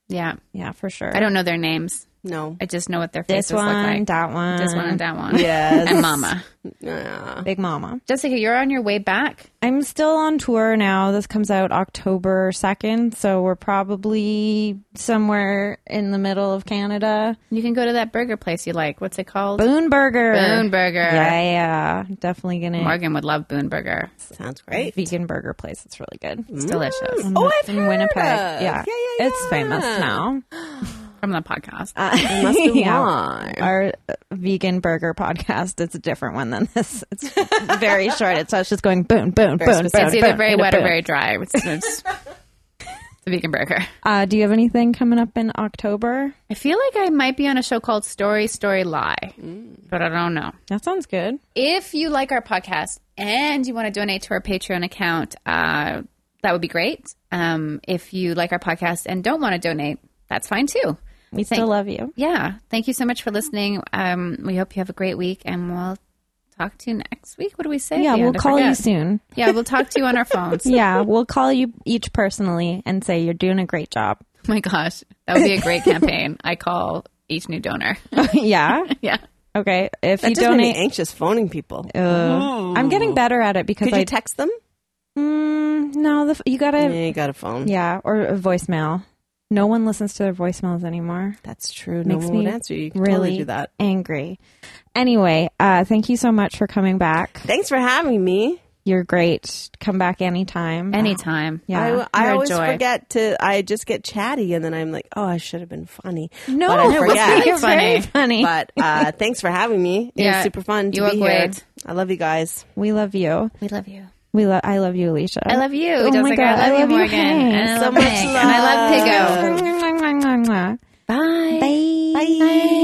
[SPEAKER 2] Yeah.
[SPEAKER 3] Yeah, for sure.
[SPEAKER 2] I don't know their names.
[SPEAKER 4] no,
[SPEAKER 2] I just know what their faces
[SPEAKER 3] this one,
[SPEAKER 2] look like.
[SPEAKER 3] that one,
[SPEAKER 2] This one and that one.
[SPEAKER 4] Yes.
[SPEAKER 2] And mama.
[SPEAKER 4] Yeah.
[SPEAKER 3] Big Mama.
[SPEAKER 2] Jessica, you're on your way back.
[SPEAKER 3] I'm still on tour now. This comes out October 2nd, so we're probably somewhere in the middle of Canada.
[SPEAKER 2] You can go to that burger place you like. What's it called?
[SPEAKER 3] Boone Burger.
[SPEAKER 2] Boon Burger.
[SPEAKER 3] Yeah, yeah. Definitely gonna
[SPEAKER 2] Morgan would love Boon Burger.
[SPEAKER 4] sounds great.
[SPEAKER 3] vegan burger place. It's
[SPEAKER 2] Mm.
[SPEAKER 3] really good.
[SPEAKER 2] It's delicious.
[SPEAKER 4] Oh, I've
[SPEAKER 3] in
[SPEAKER 4] heard
[SPEAKER 3] Winnipeg.
[SPEAKER 4] of.
[SPEAKER 3] Yeah.
[SPEAKER 4] Yeah, yeah,
[SPEAKER 3] It's famous
[SPEAKER 4] yeah.
[SPEAKER 3] now.
[SPEAKER 2] from the podcast.
[SPEAKER 4] It Uh, must be why.
[SPEAKER 3] Our uh, vegan burger podcast. It's a different one than this. It's very short. It's, so it's just going boom, boom, boom, boom.
[SPEAKER 2] it's either
[SPEAKER 3] boom,
[SPEAKER 2] very
[SPEAKER 3] boom,
[SPEAKER 2] wet or
[SPEAKER 3] boom.
[SPEAKER 2] very dry. It's, it's the vegan burger.
[SPEAKER 3] Uh, do you have anything coming up in October?
[SPEAKER 2] I feel like I might be on a show called Story Story Lie, but I don't know.
[SPEAKER 3] That sounds good.
[SPEAKER 2] If you like our podcast and you want to donate to our Patreon account, uh, that would be great. Um, if you like our podcast and don't want to donate, that's fine too.
[SPEAKER 3] We still love you.
[SPEAKER 2] Yeah. Thank you so much for listening. Um, we hope you have a great week and we'll talk to you next week. What do we say? at
[SPEAKER 3] Yeah,
[SPEAKER 2] the
[SPEAKER 3] we'll
[SPEAKER 2] end? I
[SPEAKER 3] call you
[SPEAKER 2] forget.
[SPEAKER 3] soon.
[SPEAKER 2] Yeah, we'll talk to you on our phones. Oh
[SPEAKER 3] Yeah, we'll call you each personally and say you're doing a great job.
[SPEAKER 2] Oh my gosh. That would be a great campaign. I call each new donor.
[SPEAKER 3] yeah.
[SPEAKER 2] yeah.
[SPEAKER 3] Okay. If
[SPEAKER 4] That
[SPEAKER 3] you
[SPEAKER 4] just made me
[SPEAKER 3] donate,
[SPEAKER 4] anxious phoning people.
[SPEAKER 3] Ugh. I'm getting better at it because
[SPEAKER 4] Oh. Could
[SPEAKER 3] I
[SPEAKER 4] you text them?
[SPEAKER 3] mm, no, the, f- you
[SPEAKER 4] Yeah,
[SPEAKER 3] gotta
[SPEAKER 4] you got a phone.
[SPEAKER 3] yeah or a voicemail. No one listens to their voicemails anymore.
[SPEAKER 4] That's true. No
[SPEAKER 3] Makes
[SPEAKER 4] one would
[SPEAKER 3] me
[SPEAKER 4] answer. You can
[SPEAKER 3] Really
[SPEAKER 4] totally do that.
[SPEAKER 3] angry. Anyway, uh, thank you so much for coming back.
[SPEAKER 4] Thanks for having me.
[SPEAKER 3] You're great. Come back anytime.
[SPEAKER 2] Anytime.
[SPEAKER 3] yeah.
[SPEAKER 4] I, I
[SPEAKER 2] You're a
[SPEAKER 4] always
[SPEAKER 2] joy.
[SPEAKER 4] forget to. I just get chatty, and then I'm like, "Oh, I should have been funny."
[SPEAKER 3] no,
[SPEAKER 4] but I forget.
[SPEAKER 3] you're very
[SPEAKER 2] funny.
[SPEAKER 3] funny.
[SPEAKER 4] but uh, thanks for having me. It
[SPEAKER 2] Yeah.
[SPEAKER 4] was super fun. To
[SPEAKER 2] You are
[SPEAKER 4] be here.
[SPEAKER 2] great.
[SPEAKER 4] I love you guys.
[SPEAKER 3] We love you.
[SPEAKER 2] We love you.
[SPEAKER 3] We love. I love you, Alicia.
[SPEAKER 2] I love you.
[SPEAKER 3] Oh
[SPEAKER 2] Just
[SPEAKER 3] my
[SPEAKER 2] like
[SPEAKER 3] God,
[SPEAKER 2] I love, you, Morgan.
[SPEAKER 3] hey.
[SPEAKER 2] And I
[SPEAKER 4] So
[SPEAKER 2] love
[SPEAKER 4] much
[SPEAKER 2] Meg. And I love Pigo. Bye.
[SPEAKER 3] Bye. Bye.